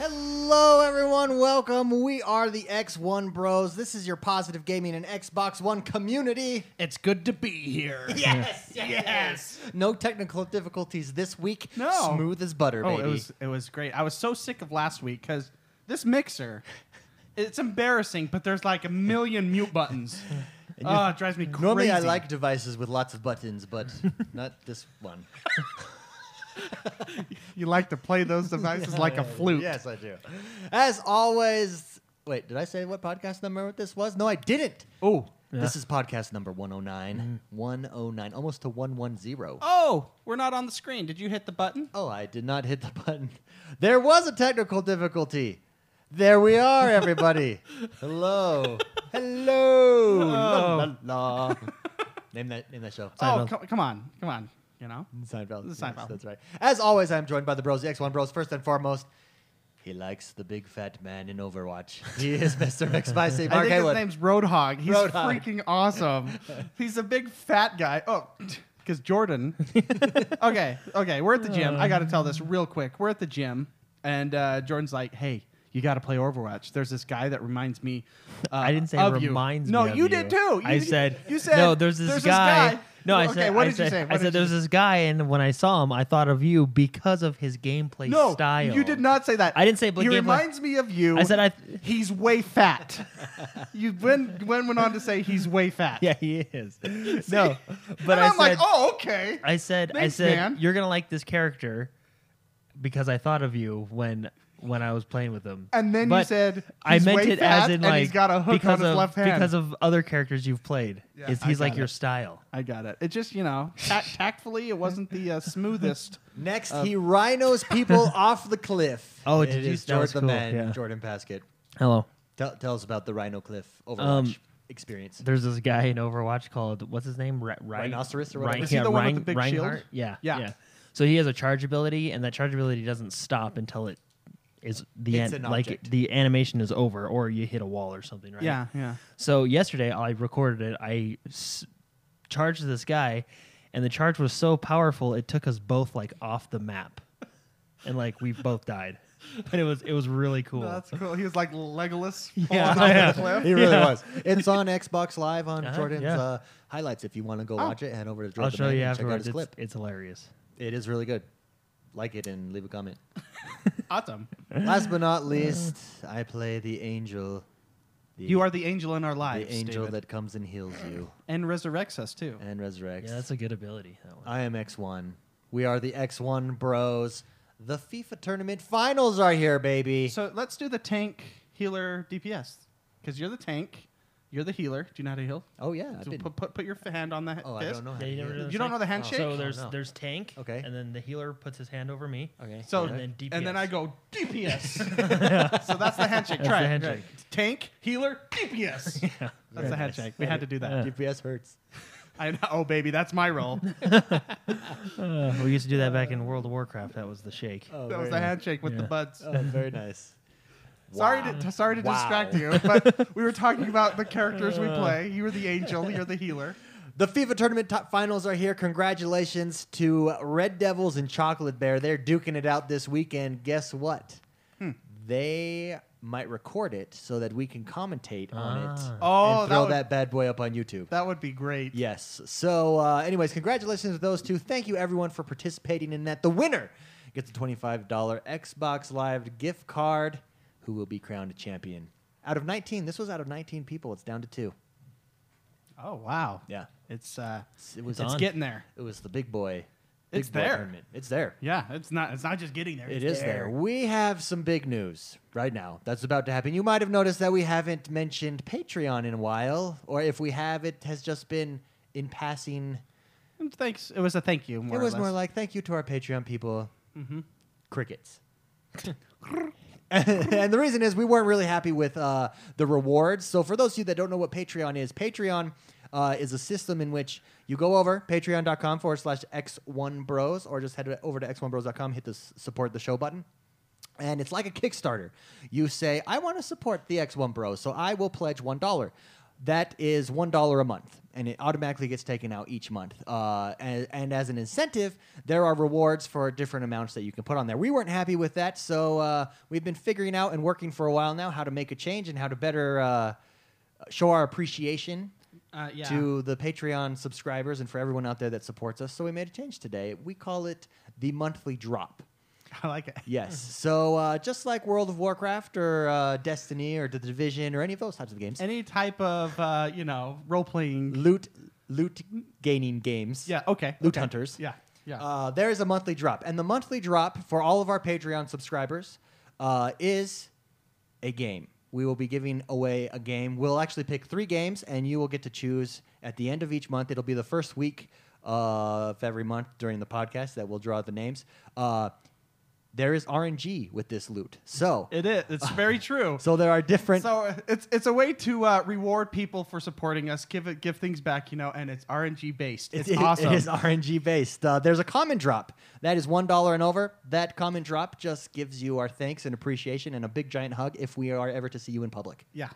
Hello, everyone. Welcome. We are the X1 Bros. This is your positive gaming and Xbox One community. It's good to be here. Yes, No technical difficulties this week. No. Smooth as butter, Oh, baby. it was it was great. I was so sick of last week because this mixer, it's embarrassing, but there's like a million mute buttons. oh, it drives me crazy. Normally, I like devices with lots of buttons, but not this one. you like to play those devices like a flute. Yes, I do. As always, wait, did I say what podcast number this was? No, I didn't. Oh. This is podcast number 109. Mm. 109, almost to 110. Oh, we're not on the screen. Did you hit the button? Oh, I did not hit the button. There was a technical difficulty. There we are, everybody. Hello. Hello. La, la, la. name that name that show. Oh, Seinfeld. co- come on, come on. You know. Seinfeld. Yes, Seinfeld. that's right. As always, I'm joined by the bros, the X1 bros. First and foremost, he likes the big fat man in Overwatch. He is Mr. McSpicy. I Mark think Haywood. his name's Roadhog. He's Roadhog. freaking awesome. He's a big fat guy. Oh, because Jordan. okay, okay. We're at the gym. Uh. I got to tell this real quick. We're at the gym, and uh, Jordan's like, "Hey, you got to play Overwatch." There's this guy that reminds me. Uh, I didn't say of reminds you. No, me. of you, did too. You, I said you said no. There's this guy. No, I okay, said. What I did said, you say? What I did said you there's this guy, and when I saw him, I thought of you because of his gameplay no, style. you did not say that. I didn't say Blake He Gamble. reminds me of you. I said I- He's way fat. you then went, went on to say he's way fat. Yeah, he is. no, but But I I'm said. like, oh, okay. I said. thanks, I said man." you're gonna like this character because I thought of you when when I was playing with him. And then you But said, I "He's meant way it fat as in and like he's got a hook on because his of, left hand. because of other characters you've played. Yeah, is I he's like got your it. style. I got it. It just, you know, ta- tactfully, it wasn't the uh, smoothest. Next, he rhinos people off the cliff. Uh, Oh, It did you- is that was Jordan the cool, man, yeah. Jordan Paskett. Hello. Tell, tell us about the Rhino Cliff Overwatch Um, experience. There's this guy in Overwatch called what's his name? Ri- Ri- Rhinoceros or Ri- whatever? Is he yeah, the one with Rein- the big shield? Reinhardt? Yeah, Yeah. yeah, So he has a charge ability, and that charge ability doesn't stop until it is the It's an- an like object. the animation is over, or you hit a wall or something, right? Yeah, yeah. So yesterday I recorded it. I s- charged this guy, and the charge was so powerful it took us both like off the map, and like we both died. But it was it was really cool. that's cool. He was like Legolas falling Yeah. off Yeah. the cliff. He really Yeah. was. It's on Xbox Live on Uh-huh, Jordan's yeah. Oh. uh, highlights. If you want to go watch it, head over to Jordan. I'll show Mann you and check out afterwards. his It's, clip. it's hilarious. It is really good. Like it and leave a comment. Awesome. Last but not least, I play the angel. The, You are the angel in our the lives. angel David. that comes and heals you And resurrects us, too. and resurrects. Yeah, that's a good ability. That one. I am X1. We are the X1 Bros. The FIFA tournament finals are here, baby. So let's do the tank, healer, DPS. Because you're the tank, you're the healer. Do you know how to heal? oh yeah, I've So been- put, put, put your f- hand on the he- oh I fist. don't know. How Yeah, to you do never it. did You don't know the tank? handshake? So there's Oh, no. there's tank. Okay. And then the healer puts his hand over me. Okay. So And then DPS. and then I go DPS. so that's the handshake. That's Try the it. handshake. Right. Tank healer DPS. Yeah. That's the handshake. We had to do that. DPS hurts. I know. Oh baby, that's my role. Uh, we used to do that back in World of Warcraft. That was the shake. Oh, That was very the nice. handshake with the Yeah. buds. Oh, very nice. Sorry Wow. to t- sorry to Wow. distract you, but we were talking about the characters we Uh. play. You were the angel. You're the healer. The FIFA tournament top finals are here. Congratulations to Red Devils and Chocolate Bear. They're duking it out this weekend. Guess what? Hmm. They might record it so that we can commentate on it Ah. and Oh, that throw would- that bad boy up on YouTube. That would be great. Yes. So, uh, anyways, congratulations to those two. Thank you, everyone, for participating in that. The winner gets a $25 Xbox Live gift card, who will be crowned champion. Out of 19, this was out of 19 people. It's down to two. Oh wow. Yeah. It's uh, It's- It was it's on. getting there. It was the big boy. Big It's boy there. tournament. It's there. Yeah, it's not. It's not just getting there. It is there. We have some big news right now that's about to happen. You might have noticed that we haven't mentioned Patreon in a while, or if we have, it has just been in passing. Thanks. It was a thank you. More it was or more less. like thank you to our Patreon people. Mhm. Crickets. and the reason is we weren't really happy with uh, the rewards. So for those of you that don't know what Patreon is, Patreon uh, is a system in which you go over patreon.com forward slash x1 bros or just head over to x1bros.com, hit the s- support the show button. And it's like a Kickstarter. You say, I want to support the X1 Bros, so I will pledge $1. That is $1 a month. and it automatically gets taken out each month. Uh, and, and as an incentive, there are rewards for different amounts that you can put on there. We weren't happy with that, so uh, we've been figuring out and working for a while now how to make a change and how to better uh, show our appreciation Uh, yeah. to the Patreon subscribers and for everyone out there that supports us. So we made a change today. We call it the monthly drop. I like it. Yes. so uh, just like World of Warcraft or uh, Destiny or The Division or any of those types of games, Any type of uh, you know role playing. loot loot gaining games. Yeah. Okay. Loot okay. hunters. Yeah. Yeah. Uh, there is a monthly drop, and the monthly drop for all of our Patreon subscribers uh, is a game. We will be giving away a game. We'll actually pick three games, and you will get to choose at the end of each month. It'll be the first week of every month during the podcast that we'll draw the names. Uh, there is RNG with this loot, so it is. It's very true. so there are different. So uh, it's it's a way to uh, reward people for supporting us, give it, give things back, you know, and it's RNG based. It's It- it- awesome. It is RNG based. Uh, there's a common drop that is one dollar and over. That common drop just gives you our thanks and appreciation and a big giant hug if we are ever to see you in public. Yeah.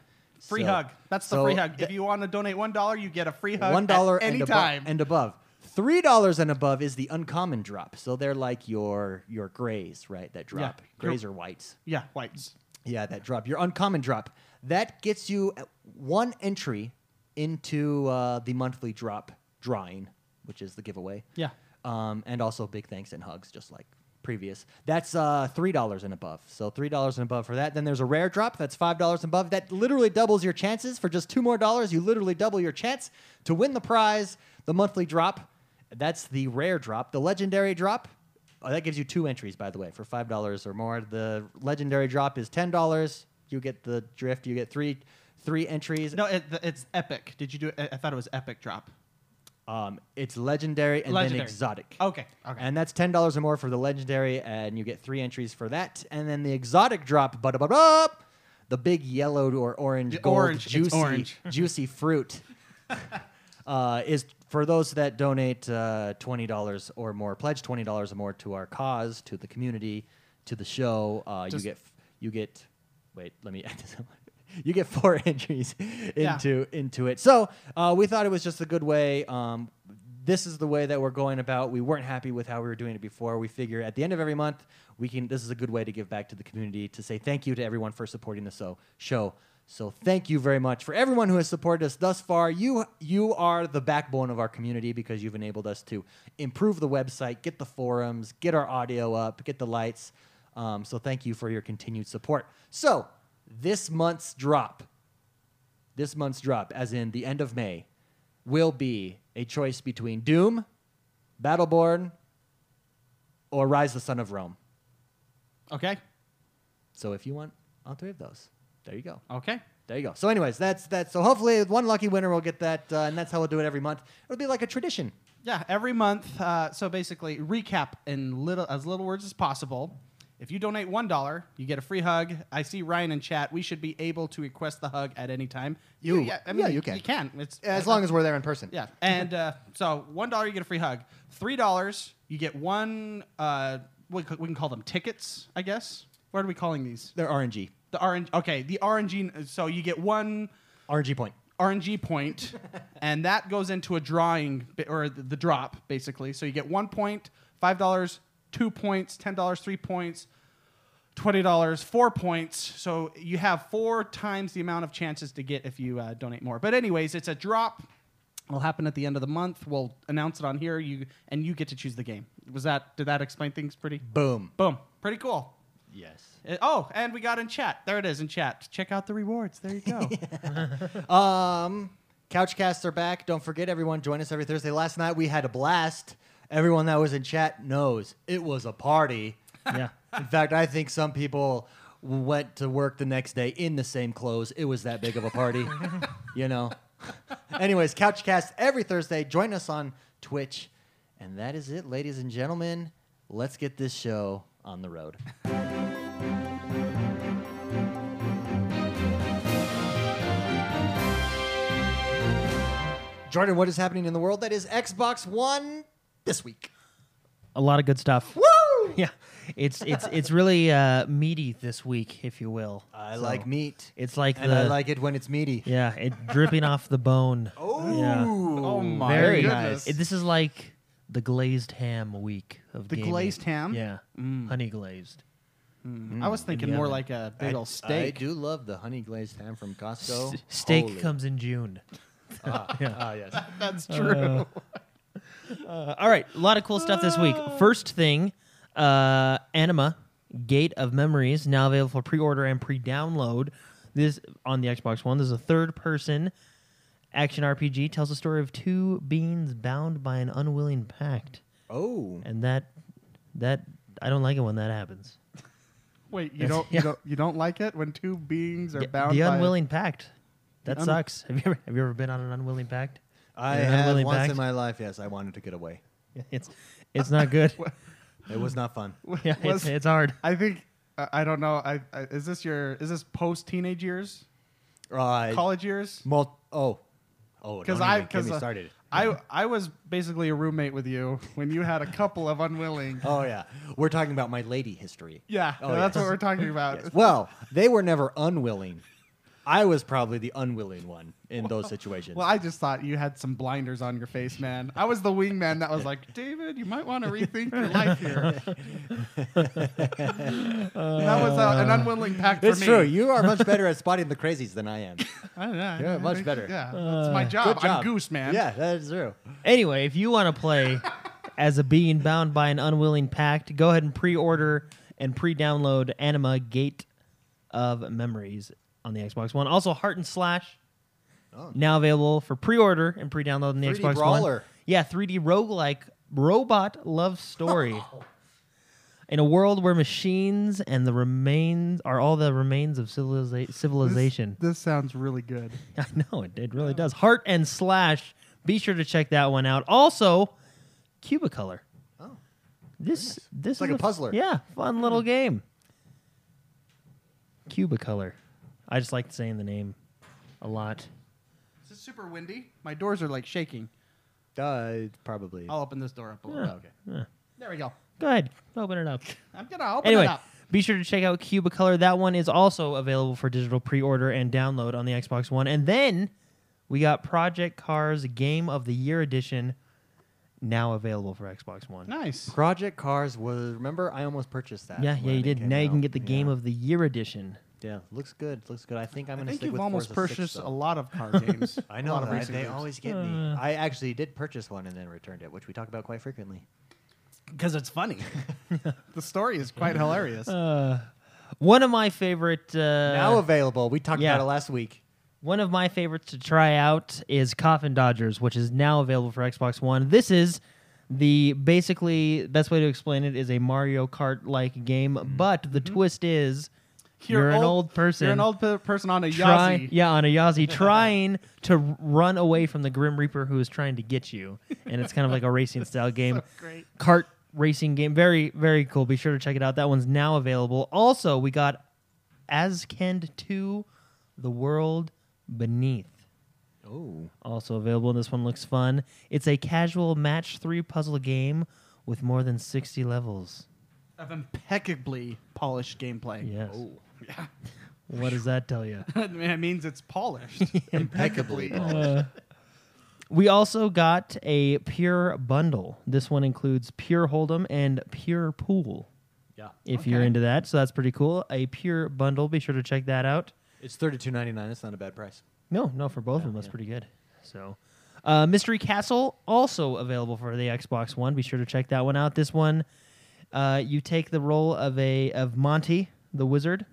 Free So- hug. That's the so free hug. th- if you want to donate one dollar, you get Uh, a free hug. One dollar at and any abo- time. and above. Three dollars and above is the uncommon drop. So they're like your your grays, right? That drop. Your- Grays or whites. yeah, whites. Yeah, that drop. Your uncommon drop. That gets you one entry into uh, the monthly drop drawing, which is the giveaway. Yeah. Um, and also big thanks and hugs, just like previous. That's uh, three dollars and above. So three dollars and above for that. Then there's a rare drop. That's five dollars and above. That literally doubles your chances. For just two more dollars, you literally double your chance to win the prize. The monthly drop. That's the rare drop. The legendary drop. Oh, that gives you two entries, by the way, for five dollars or more. The legendary drop is ten dollars. You get the drift. You get three, three entries. No, it, th- it's epic. Did you do? I, I thought it was epic drop. Um, it's legendary and Legendary. then exotic. Okay. Okay. And that's ten dollars or more for the legendary, and you get three entries for that. And then the exotic drop, ba ba ba, the big yellow or orange, The gold, orange, it's juicy, orange. juicy fruit, uh, is for those that donate uh, twenty dollars or more, pledge twenty dollars or more to our cause, to the community, to the show. Uh, you Just- get, you get. Wait, let me add this. up. You get four entries Yeah. into into it. So uh, we thought it was just a good way. Um, this is the way that we're going about. We weren't happy with how we were doing it before. We figure at the end of every month, we can. This is a good way to give back to the community to say thank you to everyone for supporting the so show. So thank you very much for everyone who has supported us thus far. You you are the backbone of our community because you've enabled us to improve the website, get the forums, get our audio up, get the lights. Um, so thank you for your continued support. So this month's drop this month's drop, as in the end of May, will be a choice between Doom, Battleborn, or Rise the Son of Rome. okay. So if you want all three of those, there you go. Okay. There you go. So, anyways, that's that. So hopefully, one lucky winner will get that, uh, and that's how we'll do it every month. It'll be like a tradition. Yeah, every month. Uh, so basically, recap in little as little words as possible. If you donate one dollar, you get a free hug. I see Ryan in chat. We should be able to request the hug at any time. You- yeah, I yeah, mean, you can. You can. It's uh, As long as we're there in person. yeah. And uh, so one dollar, you get a free hug. Three dollars, you get one. Uh, we, c- we can call them tickets, I guess. What are we calling these? They're RNG. The RNG. Okay, the RNG. So you get one RNG point. RNG point, and that goes into a drawing bi- or th- the drop basically. So you get one point, five dollars, two points, ten dollars, three points, twenty dollars, four points. So you have four times the amount of chances to get if you uh, donate more. But anyways, it's a drop. It'll happen at the end of the month. We'll announce it on here. You and you get to choose the game. Was that did that explain things pretty? Boom. Boom, pretty cool. Yes. Uh, oh, and we got in chat. There it is in chat. Check out the rewards. There you go. Um, Couchcasts are back. Don't forget, everyone, join us every Thursday. Last night we had a blast. Everyone that was in chat knows it was a party. yeah. In fact, I think some people went to work the next day in the same clothes. It was that big of a party, you know. Anyways, Couchcast every Thursday. Join us on Twitch. And that is it, ladies and gentlemen. Let's get this show on the road. Jordan, what is happening in the world that is Xbox One this week? A lot of good stuff. Woo! yeah, it's it's it's really uh, meaty this week, if you will. I So, like meat. It's like And the I like it when it's meaty. yeah, it dripping off the bone. Oh, Yeah. Oh my Very goodness. nice. It- this is like the glazed ham week of The gaming. glazed ham? Mm. Yeah, honey glazed. I was thinking the more oven. like a I- big old steak. I do love the honey glazed ham from Costco. S- steak Holy. comes in June. Ah, Yeah. ah, yes. That's true. Uh, all right, a lot of cool stuff this week. Ah. First thing, uh, Anima Gate of Memories now available for pre-order and pre-download. This on the Xbox One. This is a third-person action RPG. Tells the story of two beings bound by an unwilling pact, Oh, and that that I don't like it when that happens. Wait, you don't, you Yeah. don't you don't like it when two beings are The- bound the by unwilling pact. That un- sucks. Have you ever have you ever been on an unwilling pact? I An had unwilling once pact? in my life. Yes, I wanted to get away. It's it's not good. It was not fun. yeah, Was- it's, it's hard. I think I, I don't know. I, I is this your is this post teenage years, Right. college years? Mul- oh, oh, Because because I because because uh, started. I I was basically a roommate with you when you had a couple of unwilling. Oh yeah, we're talking about my lady history. Yeah, Oh, that's yes. what we're talking about. Yes. Well, they were never unwilling. I was probably the unwilling one in those situations. Well, I just thought you had some blinders on your face, man. I was the wingman that was like, David, you might want to rethink your life here. that was uh, an unwilling pact for it's me. true. You are much better at spotting the crazies than I am. I don't know. Yeah, much better. Uh, Yeah, that's my job. Good job. I'm Goose, man. Yeah, that is true. Anyway, if you want to play as a being bound by an unwilling pact, go ahead and pre-order and pre-download Anima Gate of Memories on the Xbox One. Also, Heart and Slash Oh. now available for pre-order and pre-download on the 3D Xbox One. brawler. Yeah, 3D roguelike robot love story. Oh. In a world where machines and the remains are all the remains of civiliza- This- civilization. This, sounds really good. I know it, it really does. Heart and Slash. Be sure to check that one out. Also, Cubicolor. Oh, This this like is a puzzler. Hmm. Yeah, fun little game. Cubicolor. I just like saying the name a lot. Is it super windy? My doors are like shaking. Uh, probably. I'll open this door up a little. okay. There we go. Go ahead, open it up. I'm gonna open it anyway, up. be sure to check out Cubicolor. That one is also available for digital pre-order and download on the Xbox One. And then we got Project Cars Game of the Year Edition now available for Xbox One. Nice. Project Cars was. Remember, I almost purchased that. Yeah, yeah, when you it did. came Now you can out. get the Yeah. Game of the Year edition. Yeah, looks good. Looks good. I think I'm I gonna think stick you've with almost Forza purchased 6, a though. lot of car games. I A know lot of that racing they games. always get Uh. me. I actually did purchase one and then returned it, which we talk about quite frequently. because it's funny. the story is quite hilarious. One of my favorite. Uh, Uh, now available. We talked yeah. about it last week. One of my favorites to try out is Coffin Dodgers, which is now available for Xbox One. This is the basically best way to explain it is a Mario Kart like game, Mm-hmm. but the twist is you're, an old person. You're an old pe- person on a try- Yazzie. yeah, on a Yazzie, trying to r- run away from the Grim Reaper who is trying to get you, and it's kind of like a racing style game, great. cart racing game. Very, very cool. Be sure to check it out. That one's now available. Also, we got Azkend Two, The World Beneath. Oh, Also available, and this one looks fun. It's a casual match three puzzle game with more than sixty levels. Of impeccably polished gameplay. Yes. Oh. What does that tell you? it means it's polished. impeccably. polished. We also got a pure bundle. This one includes pure hold'em and pure pool. yeah, If you're Okay. into that, so that's pretty cool. A pure bundle. Be sure to check that out. it's thirty two ninety nine. It's not a bad price. No, no, for Oh, both of them, that's pretty good. So, uh, Mystery Castle also available for the Xbox One. Be sure to check that one out. This one, uh, you take the role of a of Monty the wizard.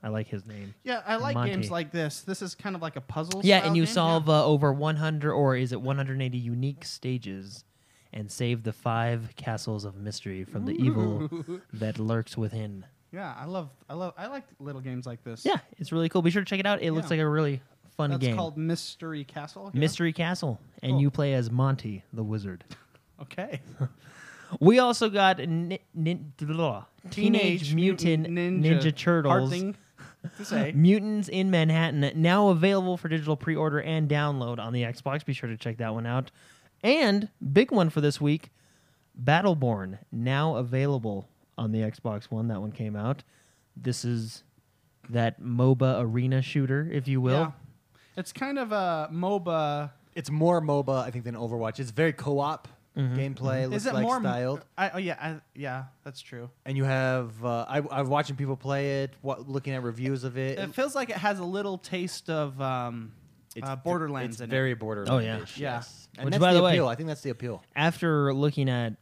I like his name. Yeah, I like Monty. games like this. This is kind of like a puzzle. Yeah, style and you game. solve uh, over 100 or is it 180 unique stages and save the five castles of mystery from the evil that lurks within. Yeah, I love, I love, I like little games like this. Yeah, it's really cool. Be sure to check it out. It looks Yeah. like a really fun that's game. called Mystery Castle. yeah? Mystery Castle, and Cool. you play as Monty the wizard. Okay. We also got nin- nin- blah, Teenage Mutant Ninja, Turtles. Hard thing to say. Mutants in Manhattan, now available for digital pre order and download on the Xbox. Be sure to check that one out. And big one for this week Battleborn now available on the Xbox One. That one came out. This is that MOBA arena shooter, if you will. Yeah. It's kind of a MOBA. It's more MOBA, I think, than Overwatch. It's very co-op Mm-hmm. gameplay. Looks Is it like more styled. I, oh yeah, I, yeah, that's true. And you have uh, I, I'm watching people play it, wa looking at reviews of it. It feels like it has a little taste of um, uh, v- Borderlands It's in very it. Borderlands. Oh, yeah. Yeah. Yes. And Which, that's by the the way- appeal. I think that's the appeal. After looking at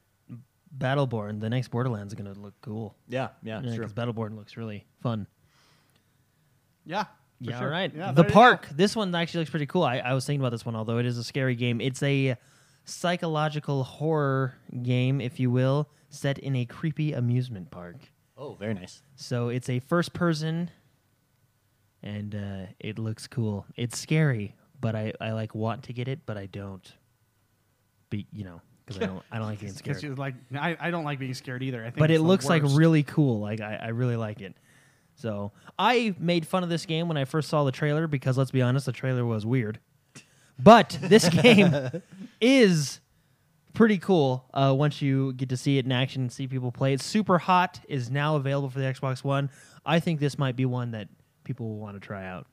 Battleborn, the next Borderlands is gonna look cool. Yeah. Yeah. Yeah, Sure. 'cause Battleborn looks really fun. Yeah. for yeah, sure. all right. Yeah, the there you park. This one actually looks pretty cool. I, I was thinking about this one, although it is a scary game. It's a psychological horror game, if you will, set in a creepy amusement park. Oh, very nice. So it's a first person, and uh, it looks cool. It's scary, but I, I like want to get it, but I don't. Be you know because I don't I don't like being scared. Because you like, I, I don't like being scared either. I think but it's it the looks like worst. really cool. Like I, I really like it. So I made fun of this game when I first saw the trailer because let's be honest, the trailer was weird. But this game is pretty cool uh, once you get to see it in action and see people play it. Super Hot is now available for the Xbox One. I think this might be one that people will want to try out.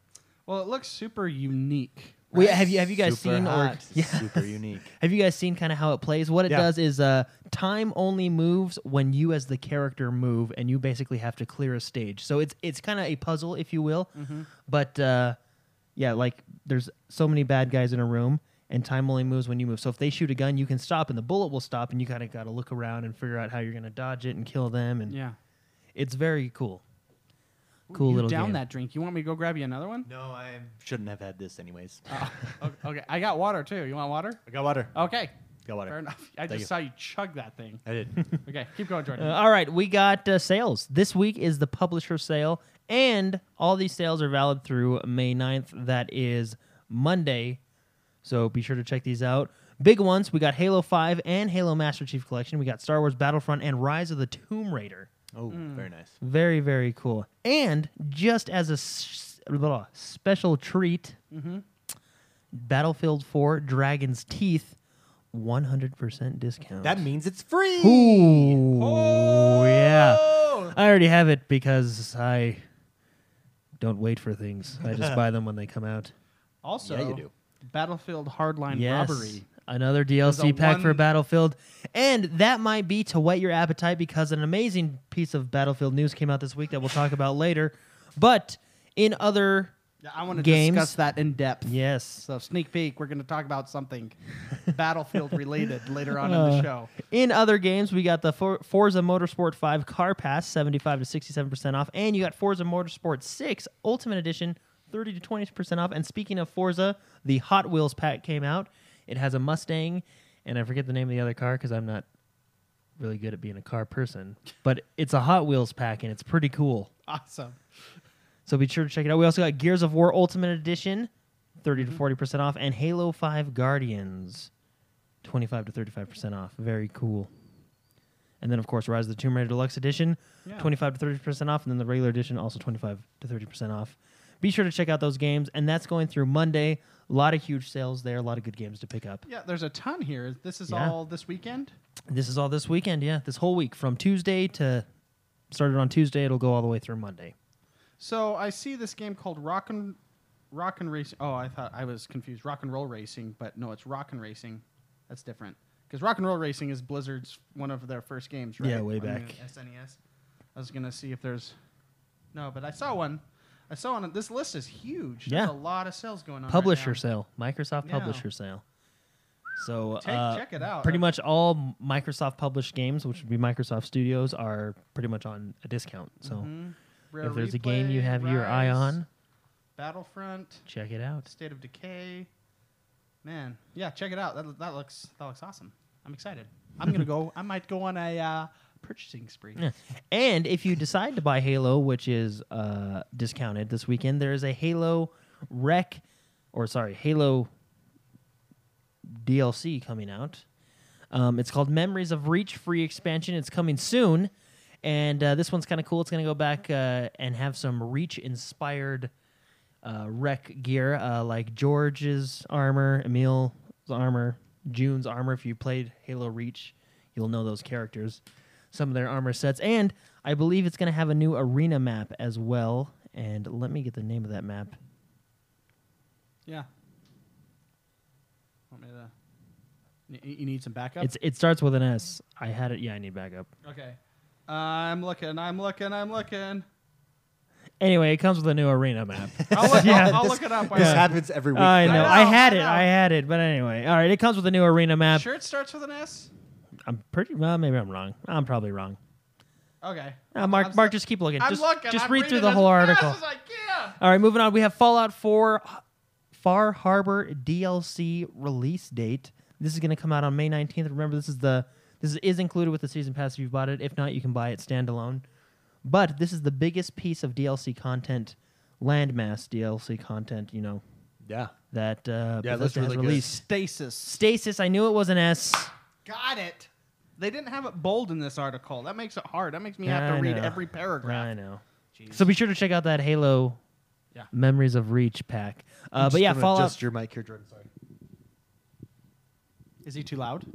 Well, it looks super unique. Wait, have you have you guys Super seen hot. or yeah, Super unique. have you guys seen kind of how it plays? What it Yeah. does is uh, time only moves when you as the character move, and you basically have to clear a stage. So it's it's kind of a puzzle, if you will. Mm-hmm. But uh, yeah, like there's so many bad guys in a room, and time only moves when you move. So if they shoot a gun, you can stop, and the bullet will stop, and you kind of got to look around and figure out how you're gonna dodge it and kill them. And Yeah. it's very cool. Cool you little down game. that drink. You want me to go grab you another one? Oh, No, I shouldn't have had this anyways. okay, okay. I got water too. You want water? I got water. Okay. Got water. Fair enough. I just you. saw you chug that thing. I did. Okay, keep going, Jordan. Uh, all right, we got uh, sales. This week is the publisher sale, and all these sales are valid through May 9th. That is Monday. So be sure to check these out. Big ones we got Halo 5 and Halo Master Chief Collection. We got Star Wars Battlefront and Rise of the Tomb Raider. Oh, very nice. Very, very cool. And just as a s- blah, special treat, Mm-hmm. Battlefield 4 Dragon's Teeth, 100% discount. That means it's free. Ooh, yeah. Oh! I already have it because I don't wait for things. I just buy them when they come out. Also, Yeah, you do. Battlefield Hardline Yes. Robbery. Another a DLC pack for one- Battlefield. And that might be to whet your appetite because an amazing piece of Battlefield news came out this week that we'll talk about later. But in other Yeah, I want to Games. discuss that in depth. yes, So, sneak peek, we're going to talk about something Battlefield related later on in the Uh. show. in other games, we got the For- Forza Motorsport 5 Car Pass 75 to 67% off and you got Forza Motorsport 6 Ultimate Edition 30 to 20% off. And speaking of Forza, the Hot Wheels pack came out. It has a Mustang and I forget the name of the other car cuz I'm not really good at being a car person, but it's a Hot Wheels pack and it's pretty cool. Awesome. So be sure to check it out. We also got Gears of War Ultimate Edition, 30 to 40% off, and Halo 5 Guardians, 25 to 35% off. Very cool. And then, of course, Rise of the Tomb Raider Deluxe Edition, Yeah. 25 to 30% off, and then the regular edition, also 25 to 30% off. Be sure to check out those games, and that's going through Monday. A lot of huge sales there, a lot of good games to pick up. Yeah, there's a ton here. This is Yeah. all this weekend? This is all this weekend, yeah, this whole week from Tuesday to started on Tuesday, it'll go all the way through Monday. So I see this game called Rock and Rock and Racing. Oh, I thought I was confused. Rock and Roll Racing, but no, it's Rock and Racing. That's different because Rock and Roll Racing is Blizzard's one of their first games, right? Yeah, way On the back. SNES. I was gonna see if there's no, but I saw one. I saw one. This list is huge. There's Yeah. a lot of sales going on. right publisher now. sale, Microsoft Yeah. publisher sale. So Take- uh, check it out. Pretty much all Microsoft published games, which would be Microsoft Studios, are pretty much on a discount. So Mm-hmm. Rare if there's a game you Replay, have your eye Rise, on, Battlefront, check it out. State of Decay. Man, yeah, check it out. That, that looks that looks awesome. I'm excited. I'm gonna go. I might go on a uh, purchasing spree. Yeah. And if you decide to buy Halo, which is uh, discounted this weekend, there is a Halo Rec, or sorry, Halo DLC coming out. Um, it's called Memories of Reach Free Expansion. It's coming soon. And uh, this one's kind of cool. It's going to go back uh, and have some Reach inspired uh, Rec gear, uh, like George's armor, Emil's armor, June's armor. If you played Halo Reach, You'll know those characters, some of their armor sets, and I believe it's going to have a new arena map as well. And let me get the name of that map. Yeah. Want me to? You- You need some backup. It's it starts with an S. I had it. Yeah, I need backup. okay. I'm looking. I'm looking. I'm looking. Anyway, it comes with a new arena map. I'll look, Yeah. I'll, I'll This- look it up. This happens every week. I know. I know, had it. I know. I had it. But anyway, all right. It comes with a new arena map. Sure, it starts with an S. I'm pretty. Well, maybe I'm wrong. I'm probably wrong. Okay. Uh, Mark, I'm Mark, so- just keep looking. I'm just looking. just I'm read through reading the as whole fast article. as I can. All right, moving on. We have Fallout 4 H- Far Harbor DLC release date. This is going to come out on May 19th. Remember, this is the this is included with the season pass if you've bought it. If not, you can buy it standalone. But this is the biggest piece of DLC content, landmass DLC content, you know, Yeah. that uh, Yeah, it looks Bethesda has really good. released. Stasis. Stasis, I knew it was an S. Got it. They didn't have it bold in this article. That makes it hard. That makes me have I to read know. every paragraph. I know. Jeez. So be sure to check out that Halo Yeah. Memories of Reach pack. Uh, but yeah, Fallout. Just your mic here, Jordan. Sorry. Is he too loud?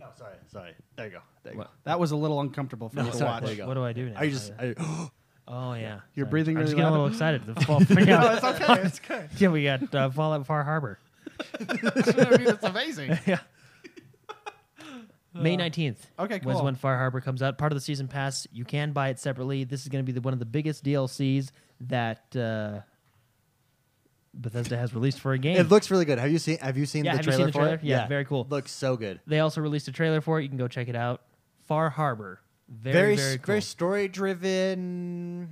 No, sorry, sorry. There you go. There you What? That was a little uncomfortable for No, me to sorry, watch. there you go. What do I do now? go. I just. I, Oh yeah, You're Sorry. breathing I'm just really getting a loud. little excited. The fall, yeah. it's okay. It's good. yeah, we got uh, Fallout Far Harbor. I mean, it's amazing. yeah, Uh, May nineteenth. Okay, Was cool. when Far Harbor comes out. Part of the season pass. You can buy it separately. This is going to be the, one of the biggest DLCs that uh, Bethesda has released for a game. it looks really good. Have you seen? Have you seen, Yeah, the, have you trailer seen the for it? trailer? Yeah, very cool. Looks so good. they also released a trailer for it. You can go check it out. Far Harbor. Very, Very very, s- cool. very story driven.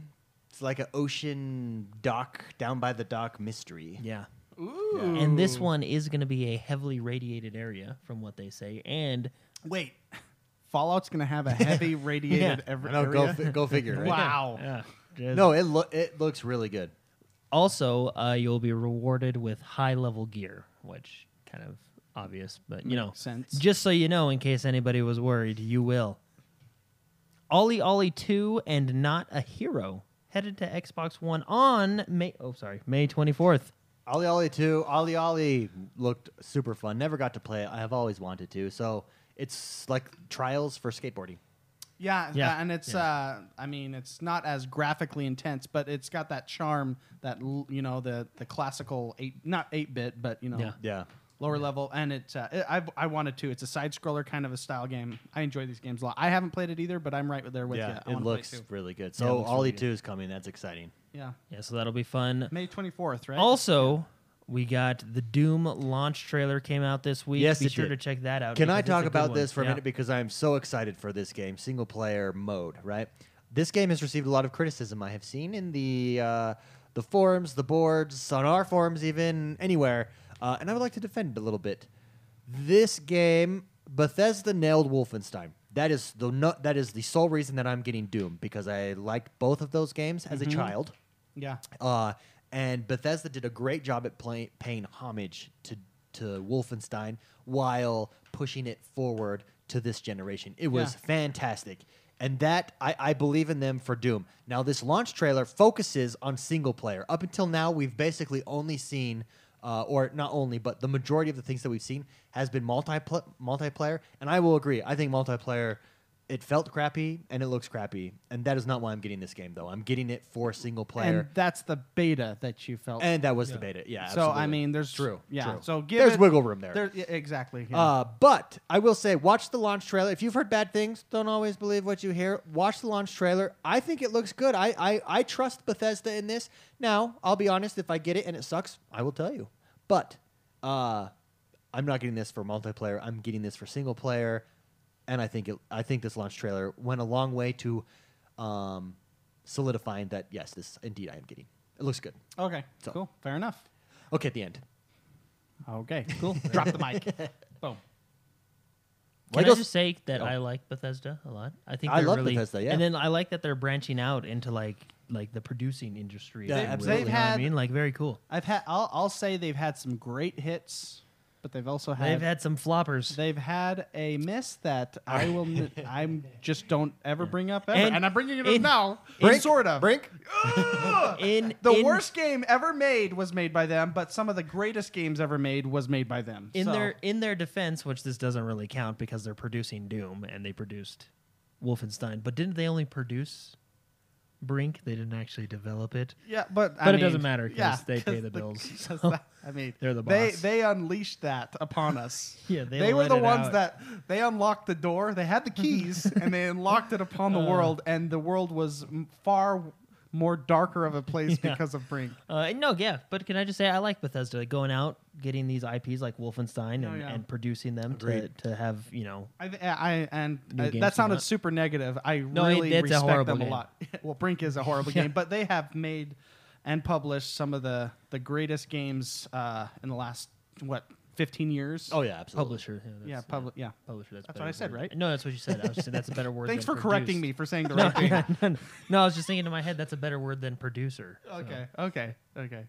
It's like an ocean dock, down by the dock mystery. yeah. Ooh. And this one is going to be a heavily radiated area, from what they say, and Wait. Fallout's gonna have a heavy radiated Yeah. ever- I know. Go, area. fi- go figure. Right? Wow. yeah, just- No, it lo- it looks really good. Also, uh, you'll be rewarded with high level gear, which kind of obvious, but you know, Makes sense. just so you know, in case anybody was worried, you will. Ollie Ollie Two and Not a Hero headed to Xbox One on May. Oh, sorry, May twenty fourth. Ollie Ollie 2, Ollie Ollie looked super fun. Never got to play it. I have always wanted to. So it's like trials for skateboarding. Yeah, Yeah. yeah, and it's Yeah. uh, I mean, it's not as graphically intense, but it's got that charm that l- you know the the classical eight, not eight bit, but you know Yeah. Yeah. lower level, and it uh, i I've, I wanted to. It's a side scroller kind of a style game. I enjoy these games a lot. I haven't played it either, but I'm right there with yeah, you. I it wanna play looks too. really good. it So looks really Ollie good. 2 is coming. That's exciting. yeah, Yeah, so that'll be fun. May twenty fourth, right? Also, we got the Doom launch trailer came out this week. Yes, be it sure did. to check that out. Can I because it's a talk good about one. this for a Yeah. minute because I'm so excited for this game, single player mode, right? This game has received a lot of criticism I have seen in the uh, the forums, the boards, on our forums, even anywhere, uh, and I would like to defend it a little bit. This game, Bethesda nailed Wolfenstein. That is the no, that is the sole reason that I'm getting Doom because I liked both of those games Mm-hmm. as a child. yeah, Uh, and Bethesda did a great job at play, paying homage to to Wolfenstein while pushing it forward to this generation. It was Yeah. fantastic. And that I, I believe in them for Doom. Now this launch trailer focuses on single player. Up until now, we've basically only seen, uh, or not only, but the majority of the things that we've seen has been multi multiplayer. And I will agree. I think multiplayer it felt crappy and it looks crappy. And that is not why I'm getting this game though. I'm getting it for single player. and that's the beta that you felt. And that was the beta. Yeah. so I absolutely. mean, there's True, Yeah, true. so give There's it- wiggle room there. yeah, exactly. yeah. Uh, but I will say, watch the launch trailer. If you've heard bad things, don't always believe what you hear. Watch the launch trailer. I think it looks good. I, I, I trust Bethesda in this. Now, I'll be honest, if I get it and it sucks, I will tell you. But uh, I'm not getting this for multiplayer. I'm getting this for single player. And I think it, I think this launch trailer went a long way to um, solidifying that yes, this indeed I am getting. It looks good. okay, so- cool, fair enough. Okay, at the end. Okay, cool. Drop the mic. Boom. Legos- Can I just say that Oh. I like Bethesda a lot? I think I they're love really, Bethesda, yeah. and then I like that they're branching out into like like the producing industry. if Yeah, you will, absolutely. You know what I They've had- mean, like very cool. I've had. I'll, I'll say they've had some great hits, but they've also had They've had some floppers. They've had a miss that I will. N- I'm just don't ever bring up ever, and, And- I'm bringing it up and- now. Brink, sort of. Brink. Ugh! in the in- worst game ever made was made by them, but some of the greatest games ever made was made by them. in So, their in their defense, which this doesn't really count because they're producing Doom and they produced Wolfenstein, but didn't they only produce Brink? They didn't actually develop it. yeah, but I But it mean, doesn't matter 'cause yeah, they pay 'cause the bills, 'cause so that- I mean, they're the they boss. they unleashed that upon us. Yeah, they were let the it ones out. that they unlocked the door. They had the keys and they unlocked it upon Uh. the world, and the world was m- far more darker of a place Yeah. because of Brink. Uh, no, yeah, but can I just say I like Bethesda like, going out, getting these IPs like Wolfenstein and, Oh, yeah. and producing them to, Agreed. to have you know. I, th- I and New uh, games that come sounded out. super negative. I No, it- really it's a respect horrible them a game. lot. well, Brink is a horrible Yeah. game, but they have made and published some of the the greatest games uh, in the last what 15 years. Oh yeah, absolutely. Publisher, yeah, yeah, that's- uh, public. Yeah. publisher. That's, That's a what I better said, word. right? No, that's what you said. I was just saying that's a better word. Thanks for than correcting produced. me for saying the right thing. no, no, no, I was just thinking in my head that's a better word than producer. so. Okay. Okay. Okay.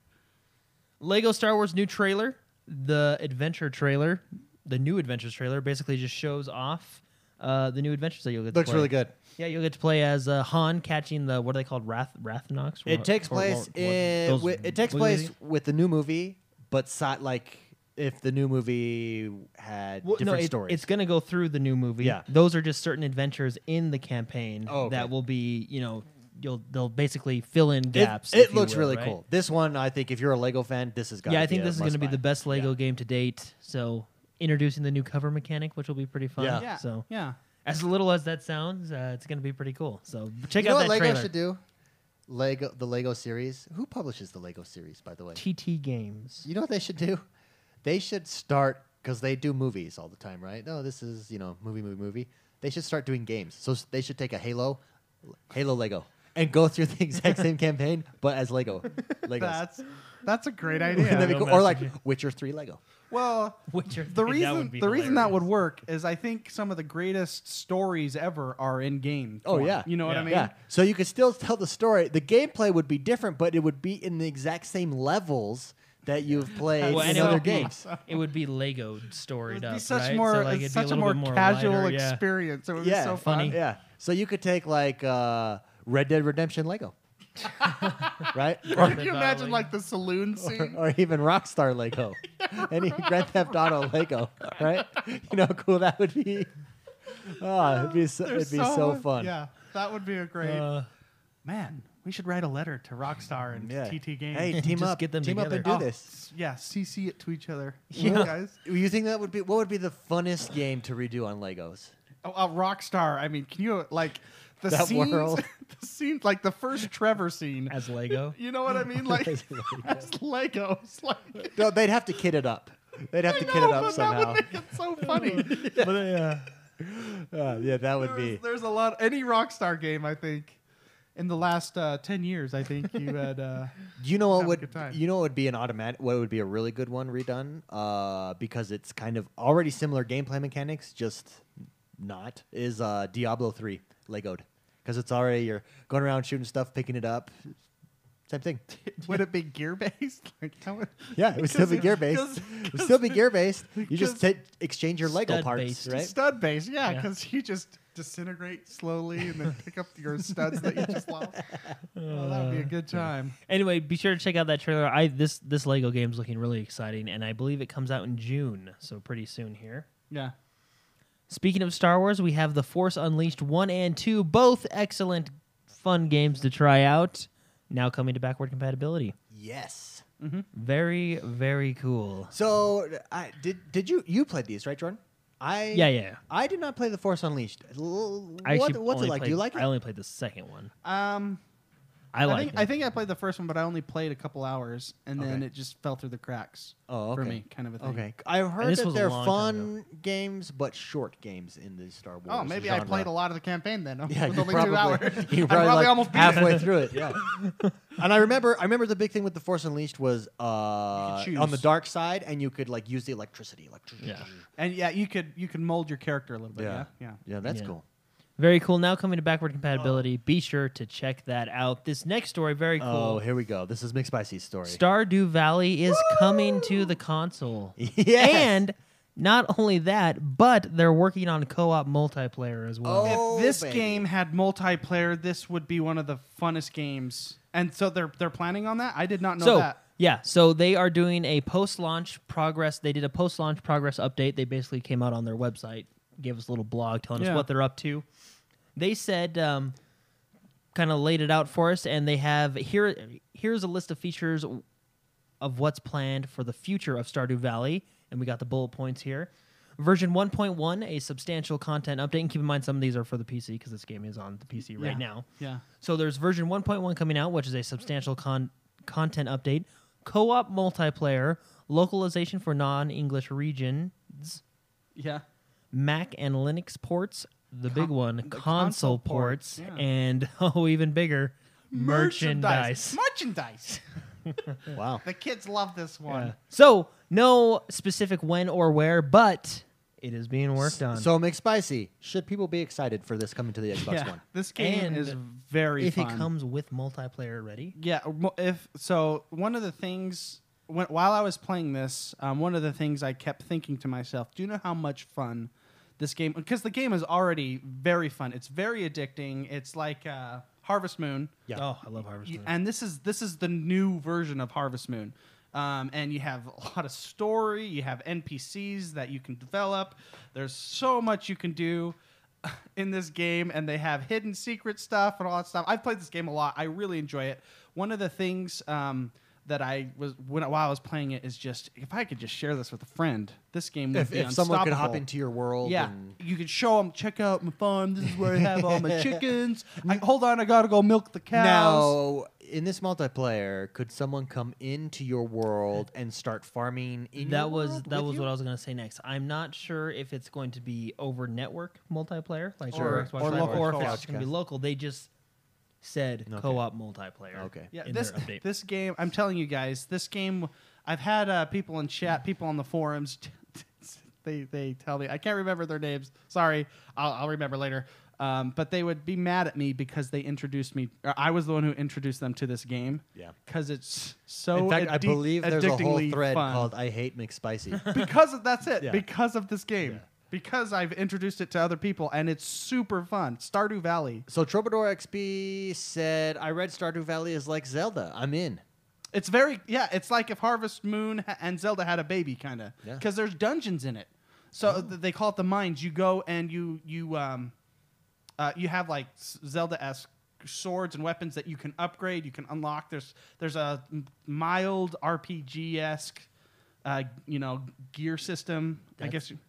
Lego Star Wars new trailer, the adventure trailer, the new adventures trailer, basically just shows off uh, the new adventures that you'll get. to Looks play. really good. Yeah, you'll get to play as uh, Han catching the what are they called, Wrath Wrathnox. It Or- takes or- place. or- in, those wi- it takes wiggly place things? with the new movie, but si- like if the new movie had Well, different no, it- stories. it's going to go through the new movie. Yeah. those are just certain adventures in the campaign Oh, okay. that will be, you know, you'll they'll basically fill in It- gaps. It, if you looks will, really right? cool. This one, I think, if you're a Lego fan, this has got. yeah, I think this is going to be the best Lego game to date. So introducing the new cover mechanic, which will be pretty fun. Yeah. Yeah. Ah, So Yeah. as little as that sounds, uh, it's going to be pretty cool. So check you know out what that Lego trailer. should do? Lego, the Lego series. Who publishes the Lego series, by the way? TT Games. You know what they should do? They should start because they do movies all the time, right? No, this is you know movie, movie, movie. They should start doing games. So s- they should take a Halo, Halo Lego, and go through the exact same campaign, but as Lego, Legos. That's that's a great Wouldn't that idea. be Lego cool? Or like Master Chief. Witcher Three Lego. well, Which are, the reason the reason that would work is I think some of the greatest stories ever are in game. Oh, form. yeah. You know what I Yeah. mean? Yeah. So you could still tell the story. The gameplay would be different, but it would be in the exact same levels that you've played Well, and in it other would be- games. it would be Lego It storied would up. be such right? more so, it's like, it'd be such a little more bit more casual lighter, yeah. experience. It would yeah. be so funny. funny. Yeah. So you could take like uh, Red Dead Redemption Lego, right? Or, Can you imagine like the saloon or, scene? or even Rockstar Lego, any Grand Theft Auto Lego, right? You know, how cool that would be. Oh, it'd be so, it'd There's be so, much- fun. Yeah, that would be a great. Uh, Man, we should write a letter to Rockstar and Yeah. TT Games. Hey, team Just up, get them team up and do together. Oh, this. Yeah, CC it to each other. Yeah. guys. You think that would be what would be the funnest game to redo on Legos? Oh, uh, Rockstar. I mean, can you like the That scenes? world. the scenes like the first Trevor scene. as Lego. you know what I mean? Like as Legos. Like No, they'd have to kid it up. They'd have to I kid know, it up but somehow. That would make it so funny. but, uh, Uh, yeah, that would there's, be. there's a lot. Any Rockstar game, I think, in the last uh, ten years, I think you had. Uh, You know what have a would good time. you know what would be an automatic? What would be a really good one redone? Uh, because it's kind of already similar gameplay mechanics, just not is uh, Diablo three Legoed because it's already you're going around shooting stuff, picking it up. Same thing. would it be gear based? Like how would? Yeah, it would still be Because- gear based. It would still be gear based. You just because- t- exchange your Lego Stud parts, based. right? Stud base, yeah, Yeah. because you just disintegrate slowly and then pick up your studs that you just lost. Oh, that would be a good time. anyway, be sure to check out that trailer. I this this Lego game's looking really exciting, and I believe it comes out in June, so pretty soon here. Yeah. Speaking of Star Wars, we have The Force Unleashed 1 and 2, both excellent, fun games to try out. Now coming to backward compatibility. Yes. Very, very cool. So I did. Did you you played these right, Jordan? I Yeah, yeah. I did not play the Force Unleashed. L- I what, actually what's it only like? Played, Do you like it? I only played the second one. Um, I, like think, it. I think I played the first one, but I only played a couple hours, and then Okay. it just fell through the cracks Oh, for okay. me, kind of a thing. Okay, I heard this that was a they're long time fun games, but short games in the Star Wars. Oh, maybe I genre. played a lot of the campaign then. Yeah, with you only probably, two hours. you I probably, like almost beat halfway it. through it. Yeah, and I remember, I remember the big thing with the Force Unleashed was uh, choose. on the dark side, and you could like use the electricity. Like, Yeah. And yeah, you could you can mold your character a little bit. Yeah. Yeah. yeah. yeah, that's Yeah. cool. Very cool. Now coming to backward compatibility, be sure to check that out. This next story, very cool. Oh, here we go. This is McSpicy's story. Stardew Valley is coming to the console. Yes. And not only that, but they're working on co-op multiplayer as well. Oh. if this baby. game had multiplayer, this would be one of the funnest games. And so they're they're planning on that. I did not know so that. yeah, so they are doing a post-launch progress. They did a post-launch progress update. They basically came out on their website, gave us a little blog telling Yeah. us what they're up to. They said, um, kind of laid it out for us, and they have here. Here's a list of features of what's planned for the future of Stardew Valley, and we got the bullet points here. Version 1.1, a substantial content update. And keep in mind, some of these are for the PC because this game is on the PC Yeah. right now. Yeah. So there's version 1.1 coming out, which is a substantial con- content update, co-op multiplayer, localization for non-English regions, Yeah. Mac and Linux ports, the big one, the console, console ports, ports, yeah. and oh, even bigger, merchandise. Merchandise. Wow. The kids love this one. So no specific when or where, but it is being worked on. So McSpicy, should people be excited for this coming to the Xbox One? This game And is very if fun. it comes with multiplayer ready, Yeah, mo- if so, one of the things when, while I was playing this, um, one of the things I kept thinking to myself, do you know how much fun this game? Because the game is already very fun. It's very addicting. It's like uh, Harvest Moon. Yeah. oh, I love Harvest You- Moon. and this is this is the new version of Harvest Moon. Um, and you have a lot of story. You have NPCs that you can develop. There's so much you can do in this game, and they have hidden secret stuff and all that stuff. I've played this game a lot. I really enjoy it. One of the things um, that I was when while I was playing it is just if I could just share this with a friend, this game would If, be if someone could hop unstoppable. into your world, Yeah, and you could show them. Check out my farm. This is where I have all my chickens. I, hold on, I gotta go milk the cows. Now, in this multiplayer, could someone come into your world and start farming in your That was world that with was you? what I was gonna say next. I'm not sure if it's going to be over network multiplayer, like Sure. or, Xbox Or Live, local or if co-op. it's gonna be local. They just said Okay. co-op multiplayer. Okay. Yeah, in this their update. this game. I'm telling you guys, this game. I've had uh, people in chat, people on the forums. they they tell me I can't remember their names. Sorry, I'll, I'll remember later. Um, but they would be mad at me because they introduced me. Or I was the one who introduced them to this game. Yeah. because it's so. in fact, I addic- believe there's a whole addictingly thread fun. called "I Hate McSpicy." because of that's it. Yeah. Because of this game. Because I've introduced it to other people and it's super fun. Stardew Valley. so Troubadour XP said, "I read Stardew Valley is like Zelda. I'm in." It's very yeah. It's like if Harvest Moon ha- and Zelda had a baby, kind of. Yeah. Because there's dungeons in it, so Oh. th- they call it the mines. You go and you you um, uh, you have like Zelda esque swords and weapons that you can upgrade. You can unlock. There's there's a m- mild RPG esque, uh, you know, gear system. I That's- guess. you-